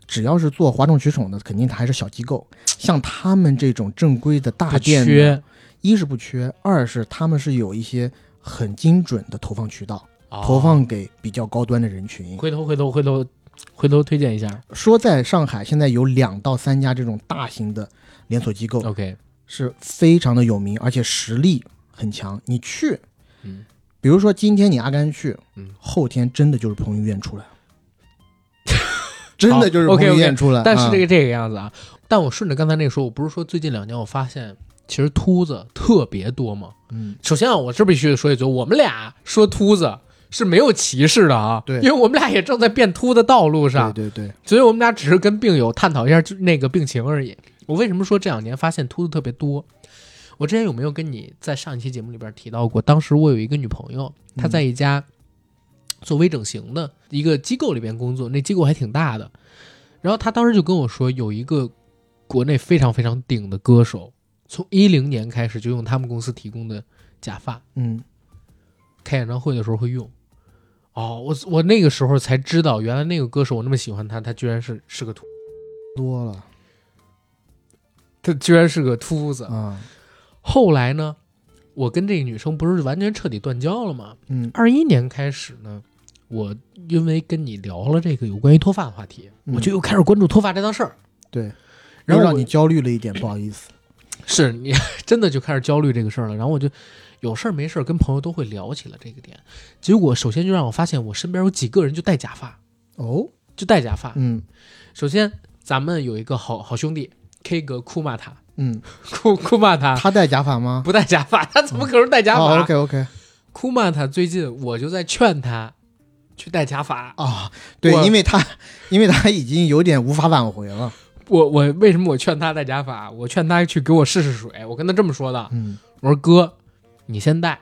S2: 只要是做哗众取宠的，肯定它还是小机构。像他们这种正规的大
S1: 不
S2: 店呢，
S1: 缺
S2: 一是不缺，二是他们是有一些很精准的投放渠道，
S1: 哦
S2: 投放给比较高端的人群。
S1: 回头回头回头回头推荐一下
S2: 说在上海现在有两到三家这种大型的连锁机构，
S1: ，OK，
S2: 是非常的有名，而且实力很强。你去，
S1: 嗯，
S2: 比如说今天你阿甘去，
S1: 嗯
S2: 后天真的就是彭于晏出来了，真的就是彭于
S1: OK，OK，
S2: 晏出来。
S1: 但是这个
S2: 啊
S1: 这个样子啊，但我顺着刚才那个说，我不是说最近两年我发现其实秃子特别多吗？
S2: 嗯，
S1: 首先啊，我这必须得说一句，我们俩说秃子是没有歧视的啊，
S2: 对
S1: 因为我们俩也正在变秃的道路上，
S2: 对对对，
S1: 所以我们俩只是跟病友探讨一下就那个病情而已。我为什么说这两年发现秃子特别多？我之前有没有跟你在上一期节目里边提到过？当时我有一个女朋友，她在一家做微整形的一个机构里边工作，那机构还挺大的。然后她当时就跟我说，有一个国内非常非常顶的歌手，从一零年开始就用他们公司提供的假发，
S2: 嗯，
S1: 开演唱会的时候会用。哦，我我那个时候才知道，原来那个歌手我那么喜欢他，他居然是是个秃，
S2: 多了
S1: 他居然是个秃子。
S2: 啊，
S1: 后来呢，我跟这个女生不是完全彻底断交了吗？
S2: 嗯
S1: 二一年开始呢，我因为跟你聊了这个有关于脱发的话题，
S2: 嗯
S1: 我就又开始关注脱发这档事儿。
S2: 对，
S1: 然
S2: 然
S1: 后
S2: 后
S1: 我
S2: 让你焦虑了一点，不好意思，
S1: 是你真的就开始焦虑这个事儿了，然后我就有事儿没事儿跟朋友都会聊起了这个点，结果首先就让我发现我身边有几个人就戴假发，
S2: 哦，
S1: 就戴假发，
S2: 嗯
S1: 首先，咱们有一个好好兄弟 K 哥库玛塔，
S2: 嗯，
S1: 库库玛塔
S2: 他戴假发吗？
S1: 啊不戴假发，他怎么可能戴假
S2: 哦
S1: 发？
S2: ，OK OK
S1: 库玛塔最近我就在劝他去戴假发。
S2: 啊，对
S1: 我，
S2: 因为他因为他已经有点无法挽回了，
S1: 我我为什么我劝他戴假发？我劝他去给我试试水。我跟他这么说的，
S2: 嗯，
S1: 我说哥，你先戴，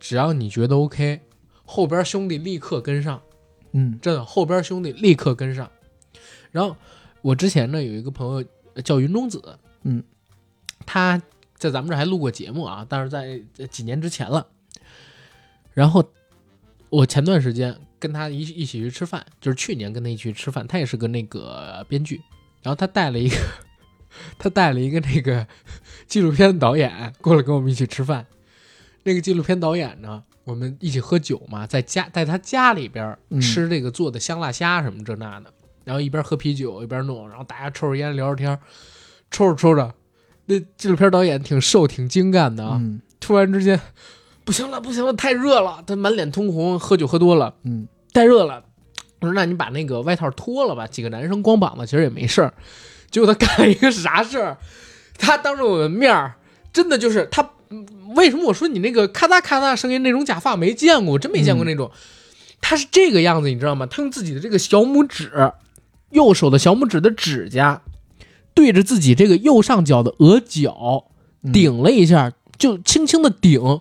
S1: 只要你觉得 OK，后边兄弟立刻跟上。
S2: 嗯
S1: 真的，后边兄弟立刻跟上。然后我之前呢有一个朋友呃叫云中子，
S2: 嗯，
S1: 他在咱们这儿还录过节目啊，但是在在几年之前了。然后我前段时间跟他一一起去吃饭，就是去年跟他一起去吃饭，他也是个那个编剧，然后他带了一个 他带了一个那个纪录片导演过来跟我们一起吃饭。那个纪录片导演呢，我们一起喝酒嘛，在家在他家里边儿
S2: 嗯
S1: 吃这个做的香辣虾什么这那的，然后一边喝啤酒一边弄，然后大家抽着烟聊着天儿，抽着抽着，那纪录片导演挺瘦挺精干的啊，
S2: 嗯
S1: 突然之间不行了不行了，太热了，他满脸通红，喝酒喝多了，
S2: 嗯
S1: 太热了。我说那你把那个外套脱了吧，几个男生光膀子其实也没事儿。结果他干了一个啥事儿？他当着我的面儿，真的就是他。嗯为什么我说你那个咔嗒咔嗒声音那种假发没见过，我真没见过那种。他是这个样子，你知道吗？他用自己的这个小拇指，右手的小拇指的指甲，对着自己这个右上角的额角
S2: 嗯
S1: 顶了一下，就轻轻的顶，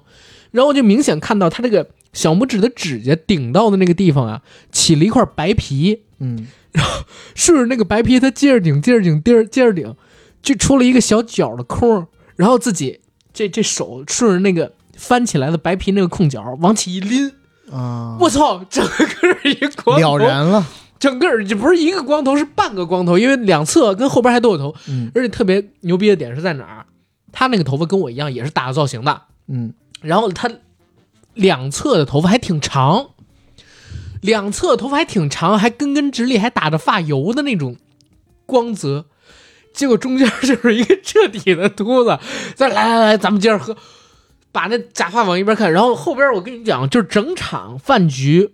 S1: 然后就明显看到他这个小拇指的指甲顶到的那个地方啊，起了一块白皮。
S2: 嗯
S1: 顺着那个白皮，它接着顶，接着顶，接着接着顶，就出了一个小角的空儿，然后自己这这手顺着那个翻起来的白皮那个空角往起一拎，
S2: 啊，
S1: 我操，整个儿一光头
S2: 了，然了，
S1: 整个儿这不是一个光头，是半个光头，因为两侧跟后边还都有头，
S2: 嗯
S1: 而且特别牛逼的点是在哪儿？他那个头发跟我一样也是打造型的，
S2: 嗯
S1: 然后他两侧的头发还挺长，两侧头发还挺长，还根根直立，还打着发油的那种光泽。结果中间就是一个彻底的秃子，再来来来，咱们接着喝，把那假发往一边看。然后后边我跟你讲，就是整场饭局，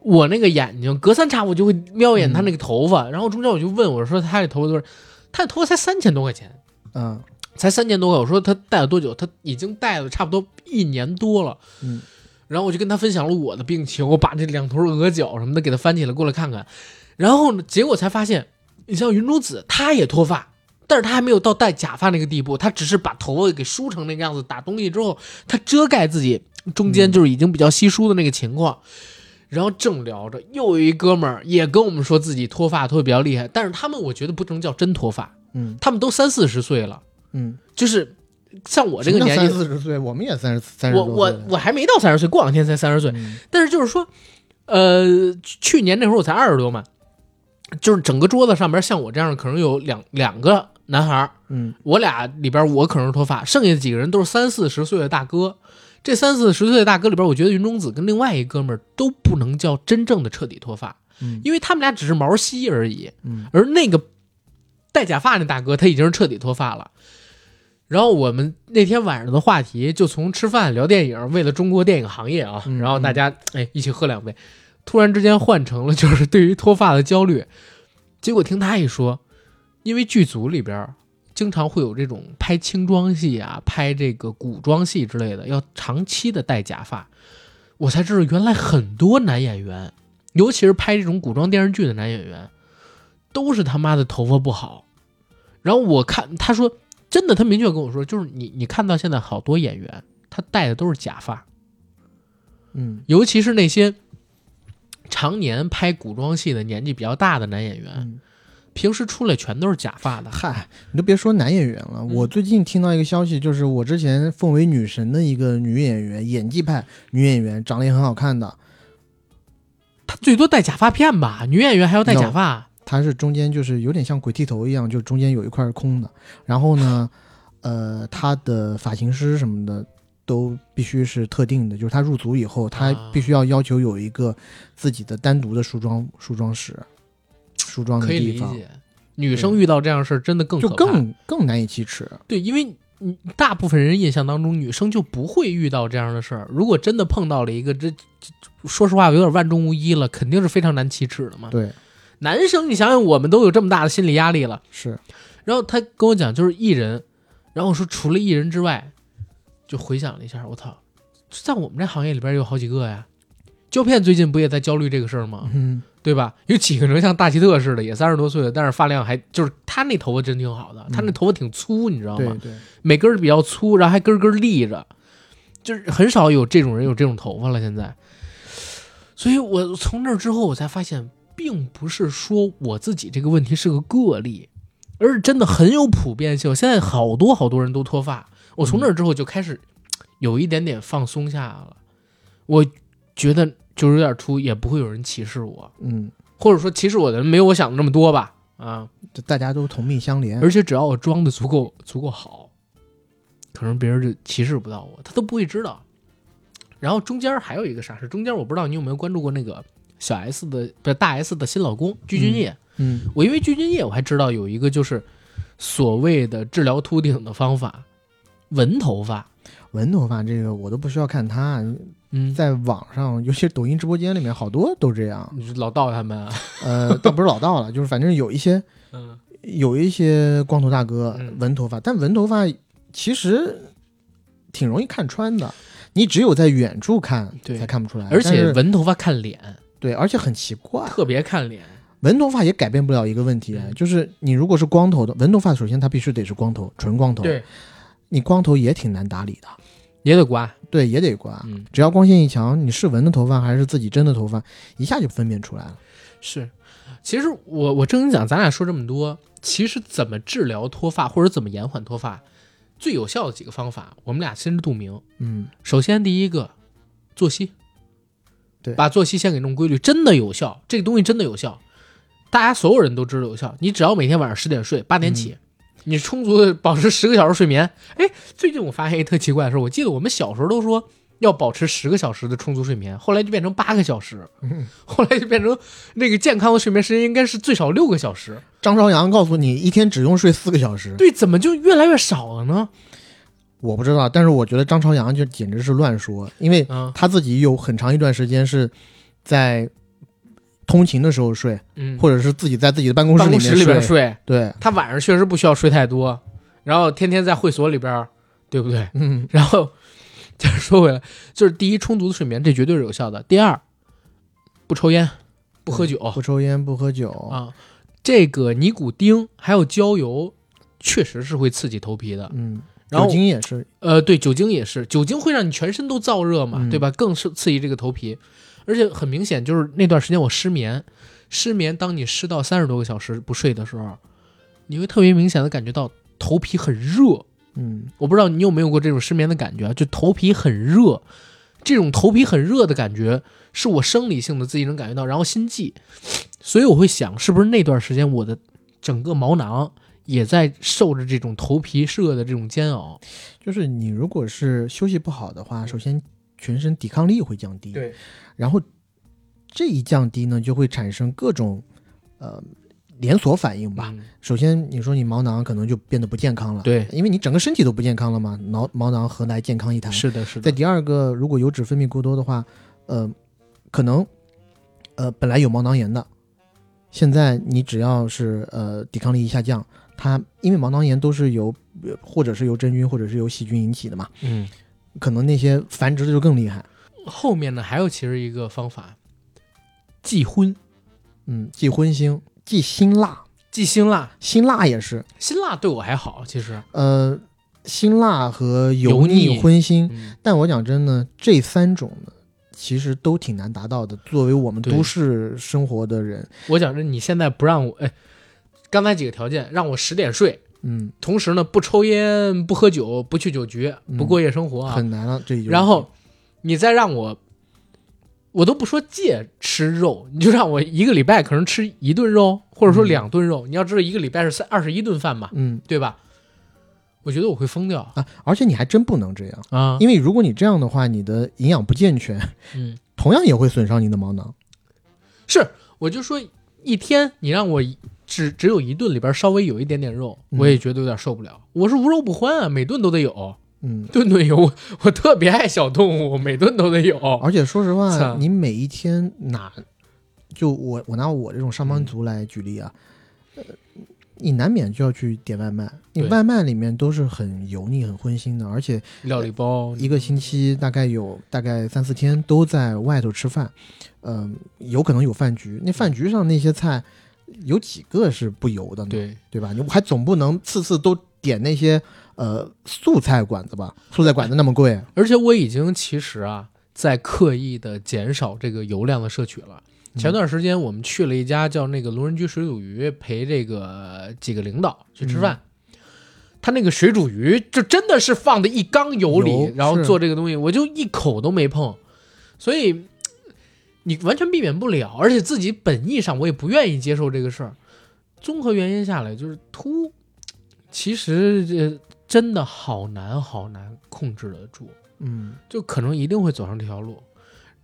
S1: 我那个眼睛隔三差五就会瞄一眼他那个头发，然后中间我就问我说他这头发多少？他的头发才三千多块钱，
S2: 嗯
S1: 才三年多块，我说他戴了多久？他已经戴了差不多一年多了。
S2: 嗯，
S1: 然后我就跟他分享了我的病情，我把这两坨额角什么的给他翻起来过来看看。然后呢，结果才发现，你像云中子，他也脱发，但是他还没有到戴假发那个地步，他只是把头发给梳成那个样子，打东西之后，他遮盖自己中
S2: 嗯
S1: 间就是已经比较稀疏的那个情况。然后正聊着，又有一哥们儿也跟我们说自己脱发脱得比较厉害，但是他们我觉得不能叫真脱发，
S2: 嗯
S1: 他们都三四十岁了。
S2: 嗯，
S1: 就是像我这个
S2: 什么叫
S1: 年
S2: 三
S1: 纪，
S2: 四十岁，我们也三十三十
S1: 我
S2: 多岁
S1: 我
S2: 了，
S1: 我还没到三十岁，过两天才三十岁。
S2: 嗯
S1: 但是就是说，呃，去年那会儿我才二十多嘛，就是整个桌子上边像我这样的可能有两两个男孩儿，
S2: 嗯
S1: 我俩里边我可能是脱发，剩下几个人都是三四十岁的大哥。这三四十岁的大哥里边，我觉得云中子跟另外一哥们儿都不能叫真正的彻底脱发，
S2: 嗯
S1: 因为他们俩只是毛稀而已。
S2: 嗯
S1: 而那个戴假发那大哥，他已经是彻底脱发了。然后我们那天晚上的话题就从吃饭聊电影，为了中国电影行业啊，
S2: 嗯
S1: 然后大家哎一起喝两杯，突然之间换成了就是对于脱发的焦虑。结果听他一说，因为剧组里边儿经常会有这种拍轻装戏啊、拍这个古装戏之类的，要长期的戴假发，我才知道原来很多男演员，尤其是拍这种古装电视剧的男演员，都是他妈的头发不好。然后我看他说，真的，他明确跟我说，就是你你看到现在好多演员，他戴的都是假发，
S2: 嗯
S1: 尤其是那些常年拍古装戏的年纪比较大的男演员，
S2: 嗯，
S1: 平时出来全都是假发的。
S2: 嗨，你都别说男演员
S1: 嗯
S2: 了，我最近听到一个消息，就是我之前奉为女神的一个女演员，演技派女演员，长得也很好看的，
S1: 他最多戴假发片吧，女演员还要戴假发。
S2: 它是中间就是有点像鬼剃头一样，就中间有一块是空的。然后呢，呃，他的发型师什么的都必须是特定的，就是他入组以后，他
S1: 啊
S2: 必须要要求有一个自己的单独的梳妆梳妆室、梳妆的
S1: 可以
S2: 地
S1: 理
S2: 方，
S1: 解，女生遇到这样的事儿真的更
S2: 就
S1: 可怕
S2: 更更难以启齿。
S1: 对，因为你大部分人印象当中，女生就不会遇到这样的事儿。如果真的碰到了一个这，这说实话有点万中无一了，肯定是非常难启齿的嘛。
S2: 对，
S1: 男生，你想想，我们都有这么大的心理压力了。
S2: 是，
S1: 然后他跟我讲，就是艺人，然后我说除了艺人之外，就回想了一下，我操，在我们这行业里边有好几个呀。胶片最近不也在焦虑这个事儿吗？
S2: 嗯
S1: 对吧？有几个能像大奇特似的，也三十多岁了，但是发量还就是他那头发真挺好的，他那头发挺粗，你知道吗
S2: 对？对，
S1: 每根儿比较粗，然后还根儿根儿立着，就是很少有这种人有这种头发了。现在，所以我从那儿之后，我才发现，并不是说我自己这个问题是个个例，而是真的很有普遍性。现在好多好多人都脱发，我从那儿之后就开始有一点点放松下来了。我觉得就是有点出，也不会有人歧视我，
S2: 嗯，
S1: 或者说歧视我的人没有我想的那么多吧？啊，
S2: 这大家都同命相连。
S1: 而且只要我装的足够足够好，可能别人就歧视不到我，他都不会知道。然后中间还有一个啥事，中间我不知道你有没有关注过那个小 S 的不是大 S 的新老公鞠婧祎，
S2: 嗯
S1: 我因为鞠婧祎我还知道有一个就是所谓的治疗秃顶的方法，纹头发。
S2: 纹头发这个我都不需要看他，
S1: 嗯，
S2: 在网上，尤其是抖音直播间里面，好多都这样。
S1: 你是老道他们啊，
S2: 呃，倒不是老道了，就是反正有一些
S1: 嗯，
S2: 有一些光头大哥
S1: 嗯
S2: 纹头发，但纹头发其实挺容易看穿的，你只有在远处看
S1: 对
S2: 才看不出来。
S1: 而
S2: 但
S1: 且
S2: 是
S1: 纹头发看脸，
S2: 对，而且很奇怪，
S1: 特别看脸。
S2: 纹头发也改变不了一个问题，啊
S1: 嗯
S2: 就是你如果是光头的，纹头发首先它必须得是光头，纯光头，
S1: 对，
S2: 你光头也挺难打理的。
S1: 也得刮，
S2: 对，也得刮。
S1: 嗯，
S2: 只要光线一强，你是纹的头发还是自己真的头发，一下就分辨出来了。
S1: 是。其实我我正经讲，咱俩说这么多，其实怎么治疗脱发或者怎么延缓脱发，最有效的几个方法，我们俩心知肚明。
S2: 嗯，
S1: 首先第一个，作息，
S2: 对
S1: 把作息先给弄规律，真的有效，这个东西真的有效，大家所有人都知道有效。你只要每天晚上十点睡，八点
S2: 嗯
S1: 起，你充足的保持十个小时睡眠。哎，最近我发现一特奇怪的事儿，我记得我们小时候都说要保持十个小时的充足睡眠，后来就变成八个小时，
S2: 嗯
S1: 后来就变成那个健康的睡眠时间应该是最少六个小时。
S2: 张朝阳告诉你，一天只用睡四个小时。
S1: 对，怎么就越来越少了呢？
S2: 我不知道，但是我觉得张朝阳就简直是乱说，因为
S1: 嗯
S2: 他自己有很长一段时间是在通勤的时候睡，
S1: 嗯，
S2: 或者是自己在自己的办公室
S1: 办
S2: 里
S1: 公
S2: 面
S1: 室里边睡，
S2: 对，
S1: 他晚上确实不需要睡太多，然后天天在会所里边儿，对不对？
S2: 嗯，
S1: 然后再说回来，就是第一，充足的睡眠，这绝对是有效的；第二，不抽烟，不喝酒
S2: 不抽烟，不喝酒，
S1: 啊，这个尼古丁还有焦油，确实是会刺激头皮的。
S2: 嗯，
S1: 然
S2: 酒
S1: 后
S2: 精也是，
S1: 呃，对，酒精也是，酒精会让你全身都燥热嘛，
S2: 嗯
S1: 对吧？更是刺激这个头皮，而且很明显，就是那段时间我失眠，失眠，当你失到三十多个小时不睡的时候，你会特别明显的感觉到头皮很热。
S2: 嗯，
S1: 我不知道你有没有过这种失眠的感觉啊，就头皮很热，这种头皮很热的感觉是我生理性的自己能感觉到，然后心悸，所以我会想，是不是那段时间我的整个毛囊也在受着这种头皮热的这种煎熬？
S2: 就是你如果是休息不好的话，首先全身抵抗力会降低，
S1: 对，
S2: 然后这一降低呢，就会产生各种呃连锁反应吧。
S1: 嗯
S2: 首先，你说你毛囊可能就变得不健康了，，
S1: 对，
S2: 因为你整个身体都不健康了嘛，毛毛囊何来健康一谈？
S1: 是的，是
S2: 在
S1: 的，
S2: 第二个，如果油脂分泌过多的话，呃，可能呃本来有毛囊炎的，现在你只要是呃抵抗力一下降，它因为毛囊炎都是由呃或者是由真菌或者是由细菌引起的嘛，
S1: 嗯。
S2: 可能那些繁殖的就更厉害。
S1: 后面呢，还有其实一个方法，忌荤，
S2: 嗯，忌荤腥，忌辛辣，
S1: 忌辛辣。
S2: 辛辣也是，
S1: 辛辣对我还好，其实，
S2: 呃，辛辣和油
S1: 油腻
S2: 腻荤腥，
S1: 嗯，
S2: 但我讲真的，这三种呢，其实都挺难达到的。作为我们
S1: 对
S2: 都市生活的人，
S1: 我讲这你现在不让我，哎，刚才几个条件让我十点睡，
S2: 嗯，
S1: 同时呢，不抽烟、不喝酒、不去酒局、不过夜生活啊。
S2: 很难了。这就
S1: 然后你再让我，我都不说戒吃肉，你就让我一个礼拜可能吃一顿肉，或者说
S2: 嗯
S1: 两顿肉。你要知道，一个礼拜是三二十一顿饭嘛，
S2: 嗯
S1: 对吧？我觉得我会疯掉
S2: 啊，而且你还真不能这样，
S1: 啊！
S2: 因为如果你这样的话，你的营养不健全，
S1: 嗯，
S2: 同样也会损伤你的毛囊。
S1: 是，我就说一天你让我一只只有一顿里边稍微有一点点肉，
S2: 嗯
S1: 我也觉得有点受不了。我是无肉不欢啊，每顿都得有，
S2: 嗯，
S1: 顿顿有。我我特别爱小动物，每顿都得有。
S2: 而且说实话，
S1: 操
S2: 你每一天哪，就我我拿我这种上班族来举例啊，呃，你难免就要去点外卖，你
S1: 对
S2: 外卖里面都是很油腻、很荤腥的，而且
S1: 料理包
S2: 一个星期大概有大概三四天都在外头吃饭，嗯、有可能有饭局，那饭局上那些菜有几个是不油的呢？
S1: 对，
S2: 对吧？你还总不能次次都点那些呃素菜馆子吧？素菜馆子那么贵，
S1: 而且我已经其实啊，在刻意的减少这个油量的摄取了。前段时间我们去了一家叫那个龙人居水煮鱼，陪这个几个领导去吃饭。他那个水煮鱼就真的是放的一缸油里，
S2: 油
S1: 然后
S2: 是
S1: 做这个东西，我就一口都没碰，所以嘖你完全避免不了，而且自己本意上我也不愿意接受这个事儿。综合原因下来，就是秃，嘖其实这真的好难好难控制得住。
S2: 嗯，
S1: 就可能一定会走上这条路，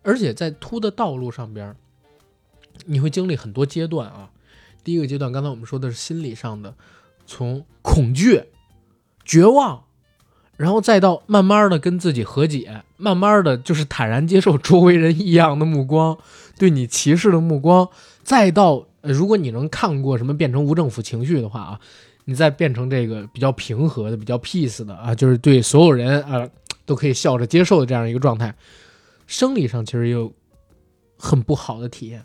S1: 而且在秃的道路上边儿，你会经历很多阶段啊。第一个阶段，刚才我们说的是心理上的，从恐惧、绝望，然后再到慢慢的跟自己和解，慢慢的就是坦然接受周围人异样的目光，对你歧视的目光，再到、呃、如果你能看过什么变成无政府情绪的话啊，你再变成这个比较平和的、比较 peace 的啊，就是对所有人啊都可以笑着接受的这样一个状态，生理上其实也有很不好的体验，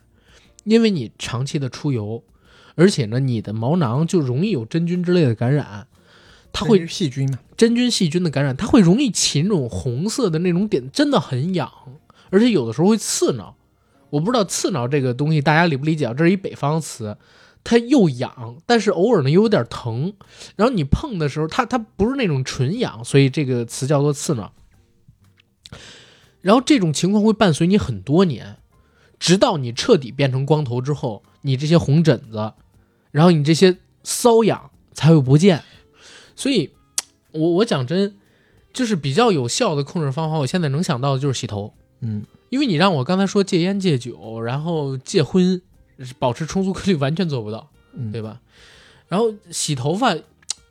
S1: 因为你长期的出油，而且呢，你的毛囊就容易有真菌之类的感染。啊它会
S2: 那是细菌嘛？
S1: 真菌细菌的感染，它会容易起那种红色的那种点，真的很痒，而且有的时候会刺挠。我不知道刺挠这个东西大家理不理解，啊？这是一北方词，它又痒，但是偶尔呢又有点疼。然后你碰的时候，它它不是那种纯痒，所以这个词叫做刺挠。然后这种情况会伴随你很多年，直到你彻底变成光头之后，你这些红疹子，然后你这些瘙痒才会不见。所以我我讲真，就是比较有效的控制方法，我现在能想到的就是洗头，
S2: 嗯，
S1: 因为你让我刚才说戒烟戒酒，然后戒婚，保持充足规律，完全做不到，
S2: 嗯
S1: 对吧？然后洗头发，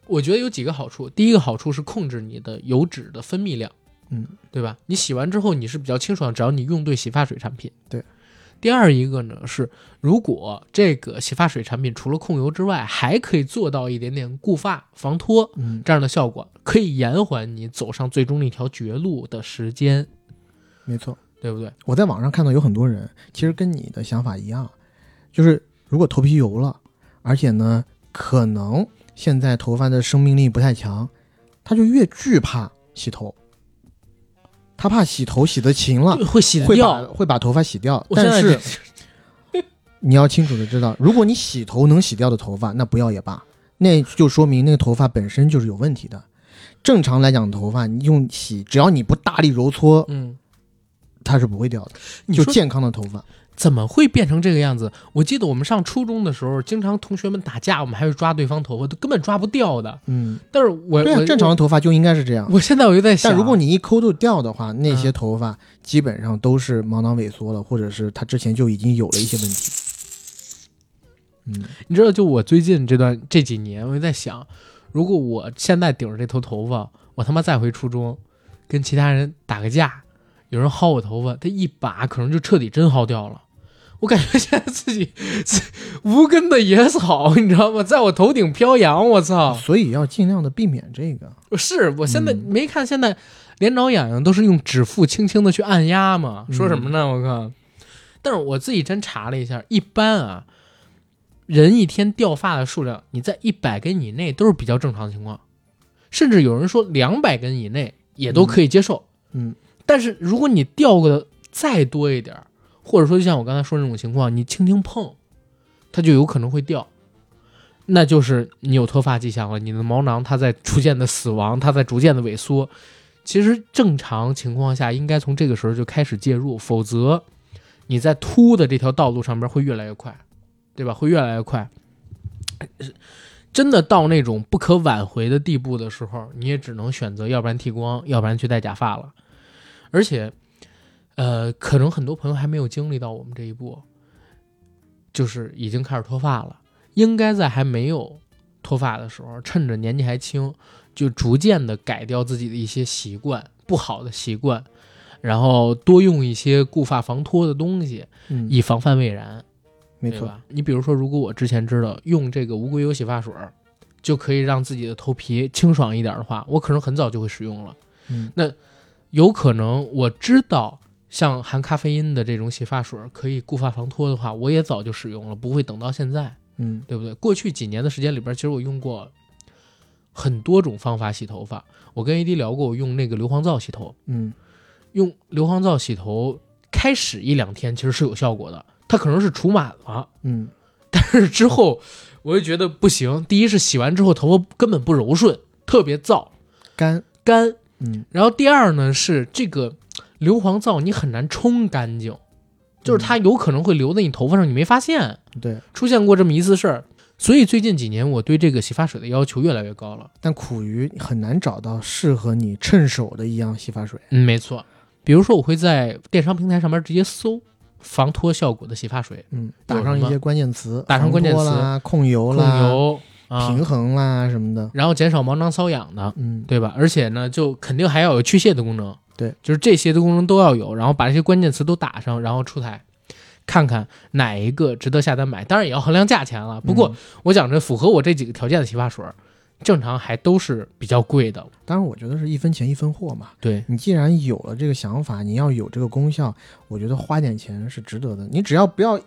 S1: 我觉得有几个好处，第一个好处是控制你的油脂的分泌量，
S2: 嗯，
S1: 对吧？你洗完之后你是比较清爽，只要你用对洗发水产品，
S2: 对。
S1: 第二一个呢是，如果这个洗发水产品除了控油之外，还可以做到一点点固发、防脱，
S2: 嗯，
S1: 这样的效果，可以延缓你走上最终那条绝路的时间，
S2: 没错。
S1: 对不对？
S2: 我在网上看到有很多人，其实跟你的想法一样，就是如果头皮油了，而且呢，可能现在头发的生命力不太强，他就越惧怕洗头，他怕洗头洗得勤了，
S1: 就会洗得
S2: 啊会把
S1: 掉。
S2: 会把头发洗掉。
S1: 我现在
S2: 但是
S1: 是
S2: 你要清楚的知道，如果你洗头能洗掉的头发，那不要也罢，那就说明那个头发本身就是有问题的。正常来讲，头发你用洗，只要你不大力揉搓，
S1: 嗯，
S2: 它是不会掉的。
S1: 你
S2: 就
S1: 说
S2: 健康的头发，
S1: 怎么会变成这个样子？我记得我们上初中的时候，经常同学们打架，我们还会抓对方头发，都根本抓不掉的。
S2: 嗯，
S1: 但是我
S2: 对啊
S1: 我，
S2: 正常的头发就应该是这样
S1: 我。。我现在我就在想，
S2: 但如果你一抠都掉的话，那些
S1: 嗯
S2: 头发基本上都是毛囊萎缩了，或者是它之前就已经有了一些问题。嗯，
S1: 你知道，就我最近这段这几年，我就在想，如果我现在顶着这头头发，我他妈再回初中，跟其他人打个架，有人薅我头发，他一把可能就彻底真薅掉了。我感觉现在自己是无根的野草，你知道吗？在我头顶飘扬，我操！
S2: 所以要尽量的避免这个。
S1: 是我现在、没看现在连挠痒痒都是用指腹轻轻的去按压嘛？说什么呢？我靠！但是我自己真查了一下，一般啊，人一天掉发的数量，你在一百根以内都是比较正常的情况，甚至有人说两百根以内也都可以接受。
S2: 嗯，
S1: 但是如果你掉个再多一点儿，或者说就像我刚才说的那种情况，你轻轻碰，它就有可能会掉。那就是你有脱发迹象了，你的毛囊它在逐渐的死亡，它在逐渐的萎缩。其实正常情况下，应该从这个时候就开始介入，否则你在秃的这条道路上边会越来越快，对吧？会越来越快。真的到那种不可挽回的地步的时候，你也只能选择，要不然剃光，要不然去戴假发了。而且，呃，可能很多朋友还没有经历到我们这一步，就是已经开始脱发了。应该在还没有脱发的时候，趁着年纪还轻，就逐渐的改掉自己的一些习惯，不好的习惯，然后多用一些固发防脱的东西，
S2: 嗯，
S1: 以防范未然，
S2: 没
S1: 对
S2: 错。
S1: 吧？你比如说，如果我之前知道用这个无硅油洗发水儿，就可以让自己的头皮清爽一点的话，我可能很早就会使用了。
S2: 嗯
S1: 有可能我知道像含咖啡因的这种洗发水儿可以固发防脱的话，我也早就使用了，不会等到现在。
S2: 嗯
S1: 对不对？过去几年的时间里边，其实我用过很多种方法洗头发。我跟 AD 聊过，我用那个硫磺皂洗头，
S2: 嗯
S1: 用硫磺皂洗头，开始一两天其实是有效果的，它可能是除螨了，
S2: 嗯，
S1: 但是之后我就觉得不行。第一是洗完之后头发根本不柔顺，特别燥
S2: 干。
S1: 干，
S2: 嗯，
S1: 然后第二呢是这个硫磺皂你很难冲干净，
S2: 嗯
S1: 就是它有可能会留在你头发上，你没发现。
S2: 对。
S1: 出现过这么一次事儿，所以最近几年我对这个洗发水的要求越来越高了。
S2: 但苦于很难找到适合你趁手的一样洗发水。
S1: 嗯，没错。比如说，我会在电商平台上面直接搜防脱效果的洗发水，
S2: 嗯，
S1: 有
S2: 打上一
S1: 什
S2: 些
S1: 么
S2: 关键词，
S1: 打上关键词
S2: 防脱啦、控油
S1: 控
S2: 啦、
S1: 油啊
S2: 平，衡啦什么的。
S1: 然后减少毛囊瘙痒的，
S2: 嗯，
S1: 对吧？而且呢，就肯定还要有去屑的功能，
S2: 对，
S1: 就是这些的功能都要有，然后把这些关键词都打上，然后出台，看看哪一个值得下单买。当然也要衡量价钱啊了。不过、
S2: 嗯
S1: 我讲这符合我这几个条件的洗发水，正常还都是比较贵的。
S2: 当然，我觉得是一分钱一分货嘛。
S1: 对，
S2: 你既然有了这个想法，你要有这个功效，我觉得花点钱是值得的。你只要不要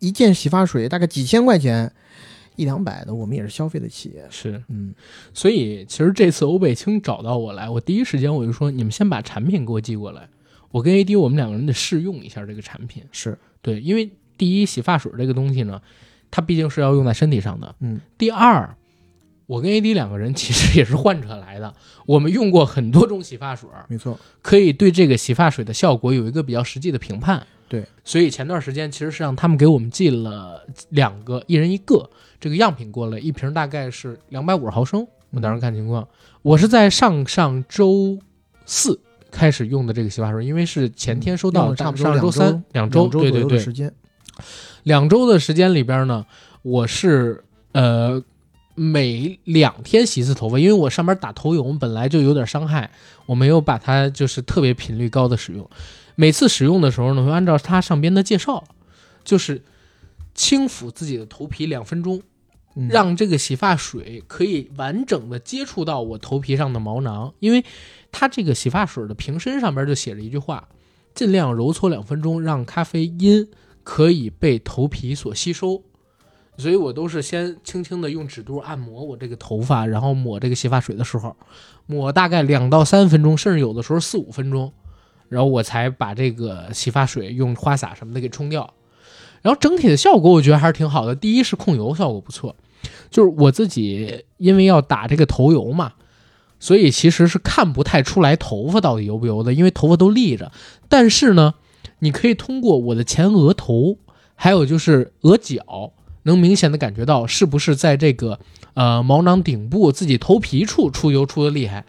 S2: 一件洗发水大概几千块钱，一两百的我们也是消费得起。
S1: 是，
S2: 嗯，
S1: 所以其实这次欧贝清找到我来，我第一时间我就说，你们先把产品给我寄过来，我跟 AD 我们两个人得试用一下这个产品。
S2: 是，
S1: 对，因为第一，洗发水这个东西呢，它毕竟是要用在身体上的。
S2: 嗯。
S1: 第二，我跟 AD 两个人其实也是患者来的，我们用过很多种洗发水，
S2: 没错，
S1: 可以对这个洗发水的效果有一个比较实际的评判。
S2: 对，
S1: 所以前段时间其实是让他们给我们寄了两个，一人一个这个样品过来，一瓶大概是两百五十毫升。我当时看情况，我是在上上周四开始用的这个洗发水，因为是前天收
S2: 用
S1: 到，
S2: 了差
S1: 上
S2: 不多
S1: 上
S2: 两
S1: 周三两
S2: 嗯周两周左
S1: 对对
S2: 右的
S1: 对，
S2: 时间，
S1: 两周的时间里边呢，我是呃每两天洗一次头发，因为我上班打头油本来就有点伤害，我没有把它就是特别频率高的使用。每次使用的时候呢，会按照它上边的介绍，就是轻抚自己的头皮两分钟，
S2: 嗯
S1: 让这个洗发水可以完整的接触到我头皮上的毛囊，因为它这个洗发水的瓶身上边就写着一句话：尽量揉搓两分钟，让咖啡因可以被头皮所吸收。所以我都是先轻轻的用指肚按摩我这个头发，然后抹这个洗发水的时候，抹大概两到三分钟，甚至有的时候四五分钟，然后我才把这个洗发水用花洒什么的给冲掉。然后整体的效果我觉得还是挺好的，第一是控油效果不错，就是我自己因为要打这个头油嘛，所以其实是看不太出来头发到底油不油的，因为头发都立着。但是呢，你可以通过我的前额头，还有就是额角，能明显的感觉到是不是在这个呃毛囊顶部自己头皮处出油出的厉害。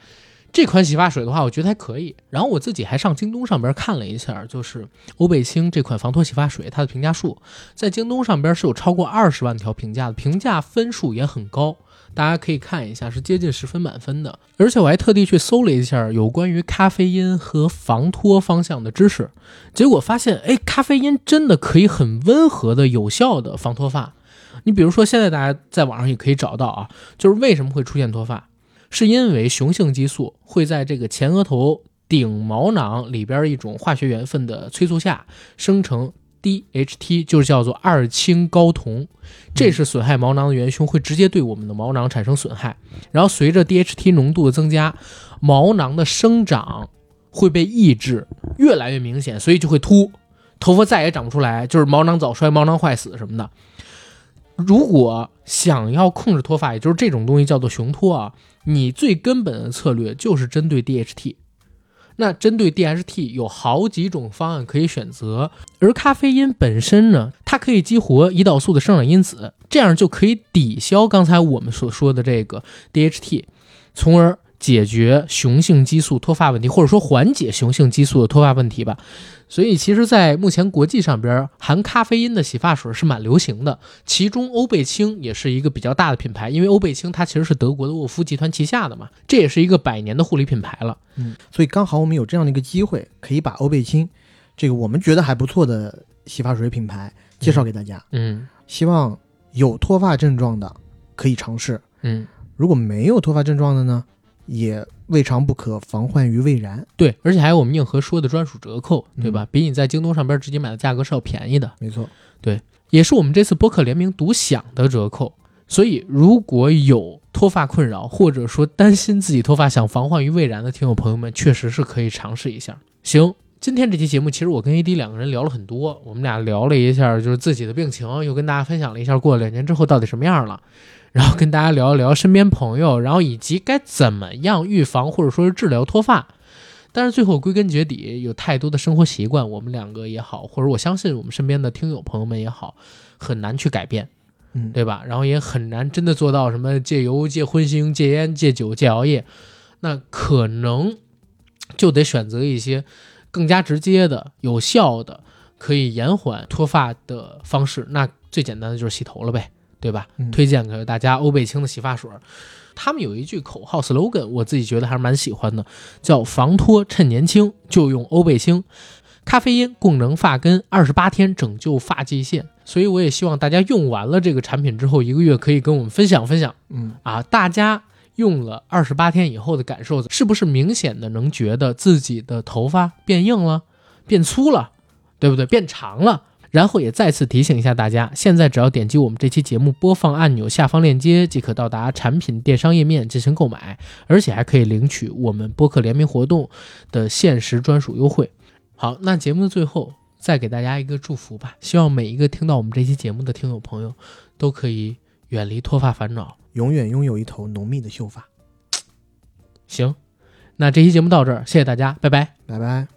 S1: 这款洗发水的话，我觉得还可以。然后我自己还上京东上边看了一下，就是欧贝清这款防脱洗发水，它的评价数在京东上边是有超过二十万条评价的，评价分数也很高。大家可以看一下，是接近十分满分的。而且我还特地去搜了一下有关于咖啡因和防脱方向的知识，结果发现，哎，咖啡因真的可以很温和的、有效的防脱发。你比如说，现在大家在网上也可以找到啊，就是为什么会出现脱发，是因为雄性激素会在这个前额头顶毛囊里边一种化学元分的催促下生成 DHT，就是叫做二氢睾酮，这是损害毛囊的元凶，会直接对我们的毛囊产生损害。然后随着 DHT 浓度的增加，毛囊的生长会被抑制，越来越明显，所以就会秃，头发再也长不出来，就是毛囊早衰、毛囊坏死什么的。如果想要控制脱发，也就是这种东西叫做雄脱啊，你最根本的策略就是针对 DHT。那针对 DHT 有好几种方案可以选择，而咖啡因本身呢，它可以激活胰岛素的生长因子，这样就可以抵消刚才我们所说的这个 DHT，从而解决雄性激素脱发问题，或者说缓解雄性激素的脱发问题吧。所以，其实，在目前国际上边，含咖啡因的洗发水是蛮流行的，其中欧贝清也是一个比较大的品牌，因为欧贝清它其实是德国的沃夫集团旗下的嘛，这也是一个百年的护理品牌了。
S2: 所以刚好我们有这样的一个机会，可以把欧贝清这个我们觉得还不错的洗发水品牌介绍给大家。
S1: 嗯
S2: 希望有脱发症状的可以尝试，
S1: 嗯，
S2: 如果没有脱发症状的呢，也未尝不可，防患于未然。
S1: 对，而且还有我们硬核说的专属折扣，对吧？比你在京东上边直接买的价格是要便宜的。
S2: 没错，
S1: 也是我们这次播客联名独享的折扣。所以，如果有脱发困扰，或者说担心自己脱发想防患于未然的听友朋友们，确实是可以尝试一下。行，今天这期节目，其实我跟 AD 两个人聊了很多，我们俩聊了一下就是自己的病情，又跟大家分享了一下过了两年之后到底什么样了，然后跟大家聊一聊身边朋友，然后以及该怎么样预防或者说是治疗脱发。但是最后归根结底，有太多的生活习惯，我们两个也好，或者我相信我们身边的听友朋友们也好，很难去改变，
S2: 嗯，
S1: 对吧？然后也很难真的做到什么戒油、戒荤腥、戒烟、戒酒、戒熬夜，那可能就得选择一些更加直接的、有效的、可以延缓脱发的方式。那最简单的就是洗头了呗，对吧？
S2: 嗯
S1: 推荐给大家欧贝清的洗发水。他们有一句口号 slogan，我自己觉得还是蛮喜欢的，叫“防脱趁年轻就用欧贝清”。咖啡因供能发根，二十八天拯救发际线。所以我也希望大家用完了这个产品之后，一个月可以跟我们分享分享
S2: 嗯，
S1: 啊，大家用了二十八天以后的感受，是不是明显的能觉得自己的头发变硬了、变粗了，对不对？变长了，然后也再次提醒一下大家，现在只要点击我们这期节目播放按钮下方链接，即可到达产品电商页面进行购买，而且还可以领取我们播客联名活动的限时专属优惠。好，那节目的最后再给大家一个祝福吧，希望每一个听到我们这期节目的听友朋友都可以远离脱发烦恼。
S2: 永远拥有一头浓密的秀发。
S1: 行，那这期节目到这儿，谢谢大家，拜拜。
S2: 拜拜。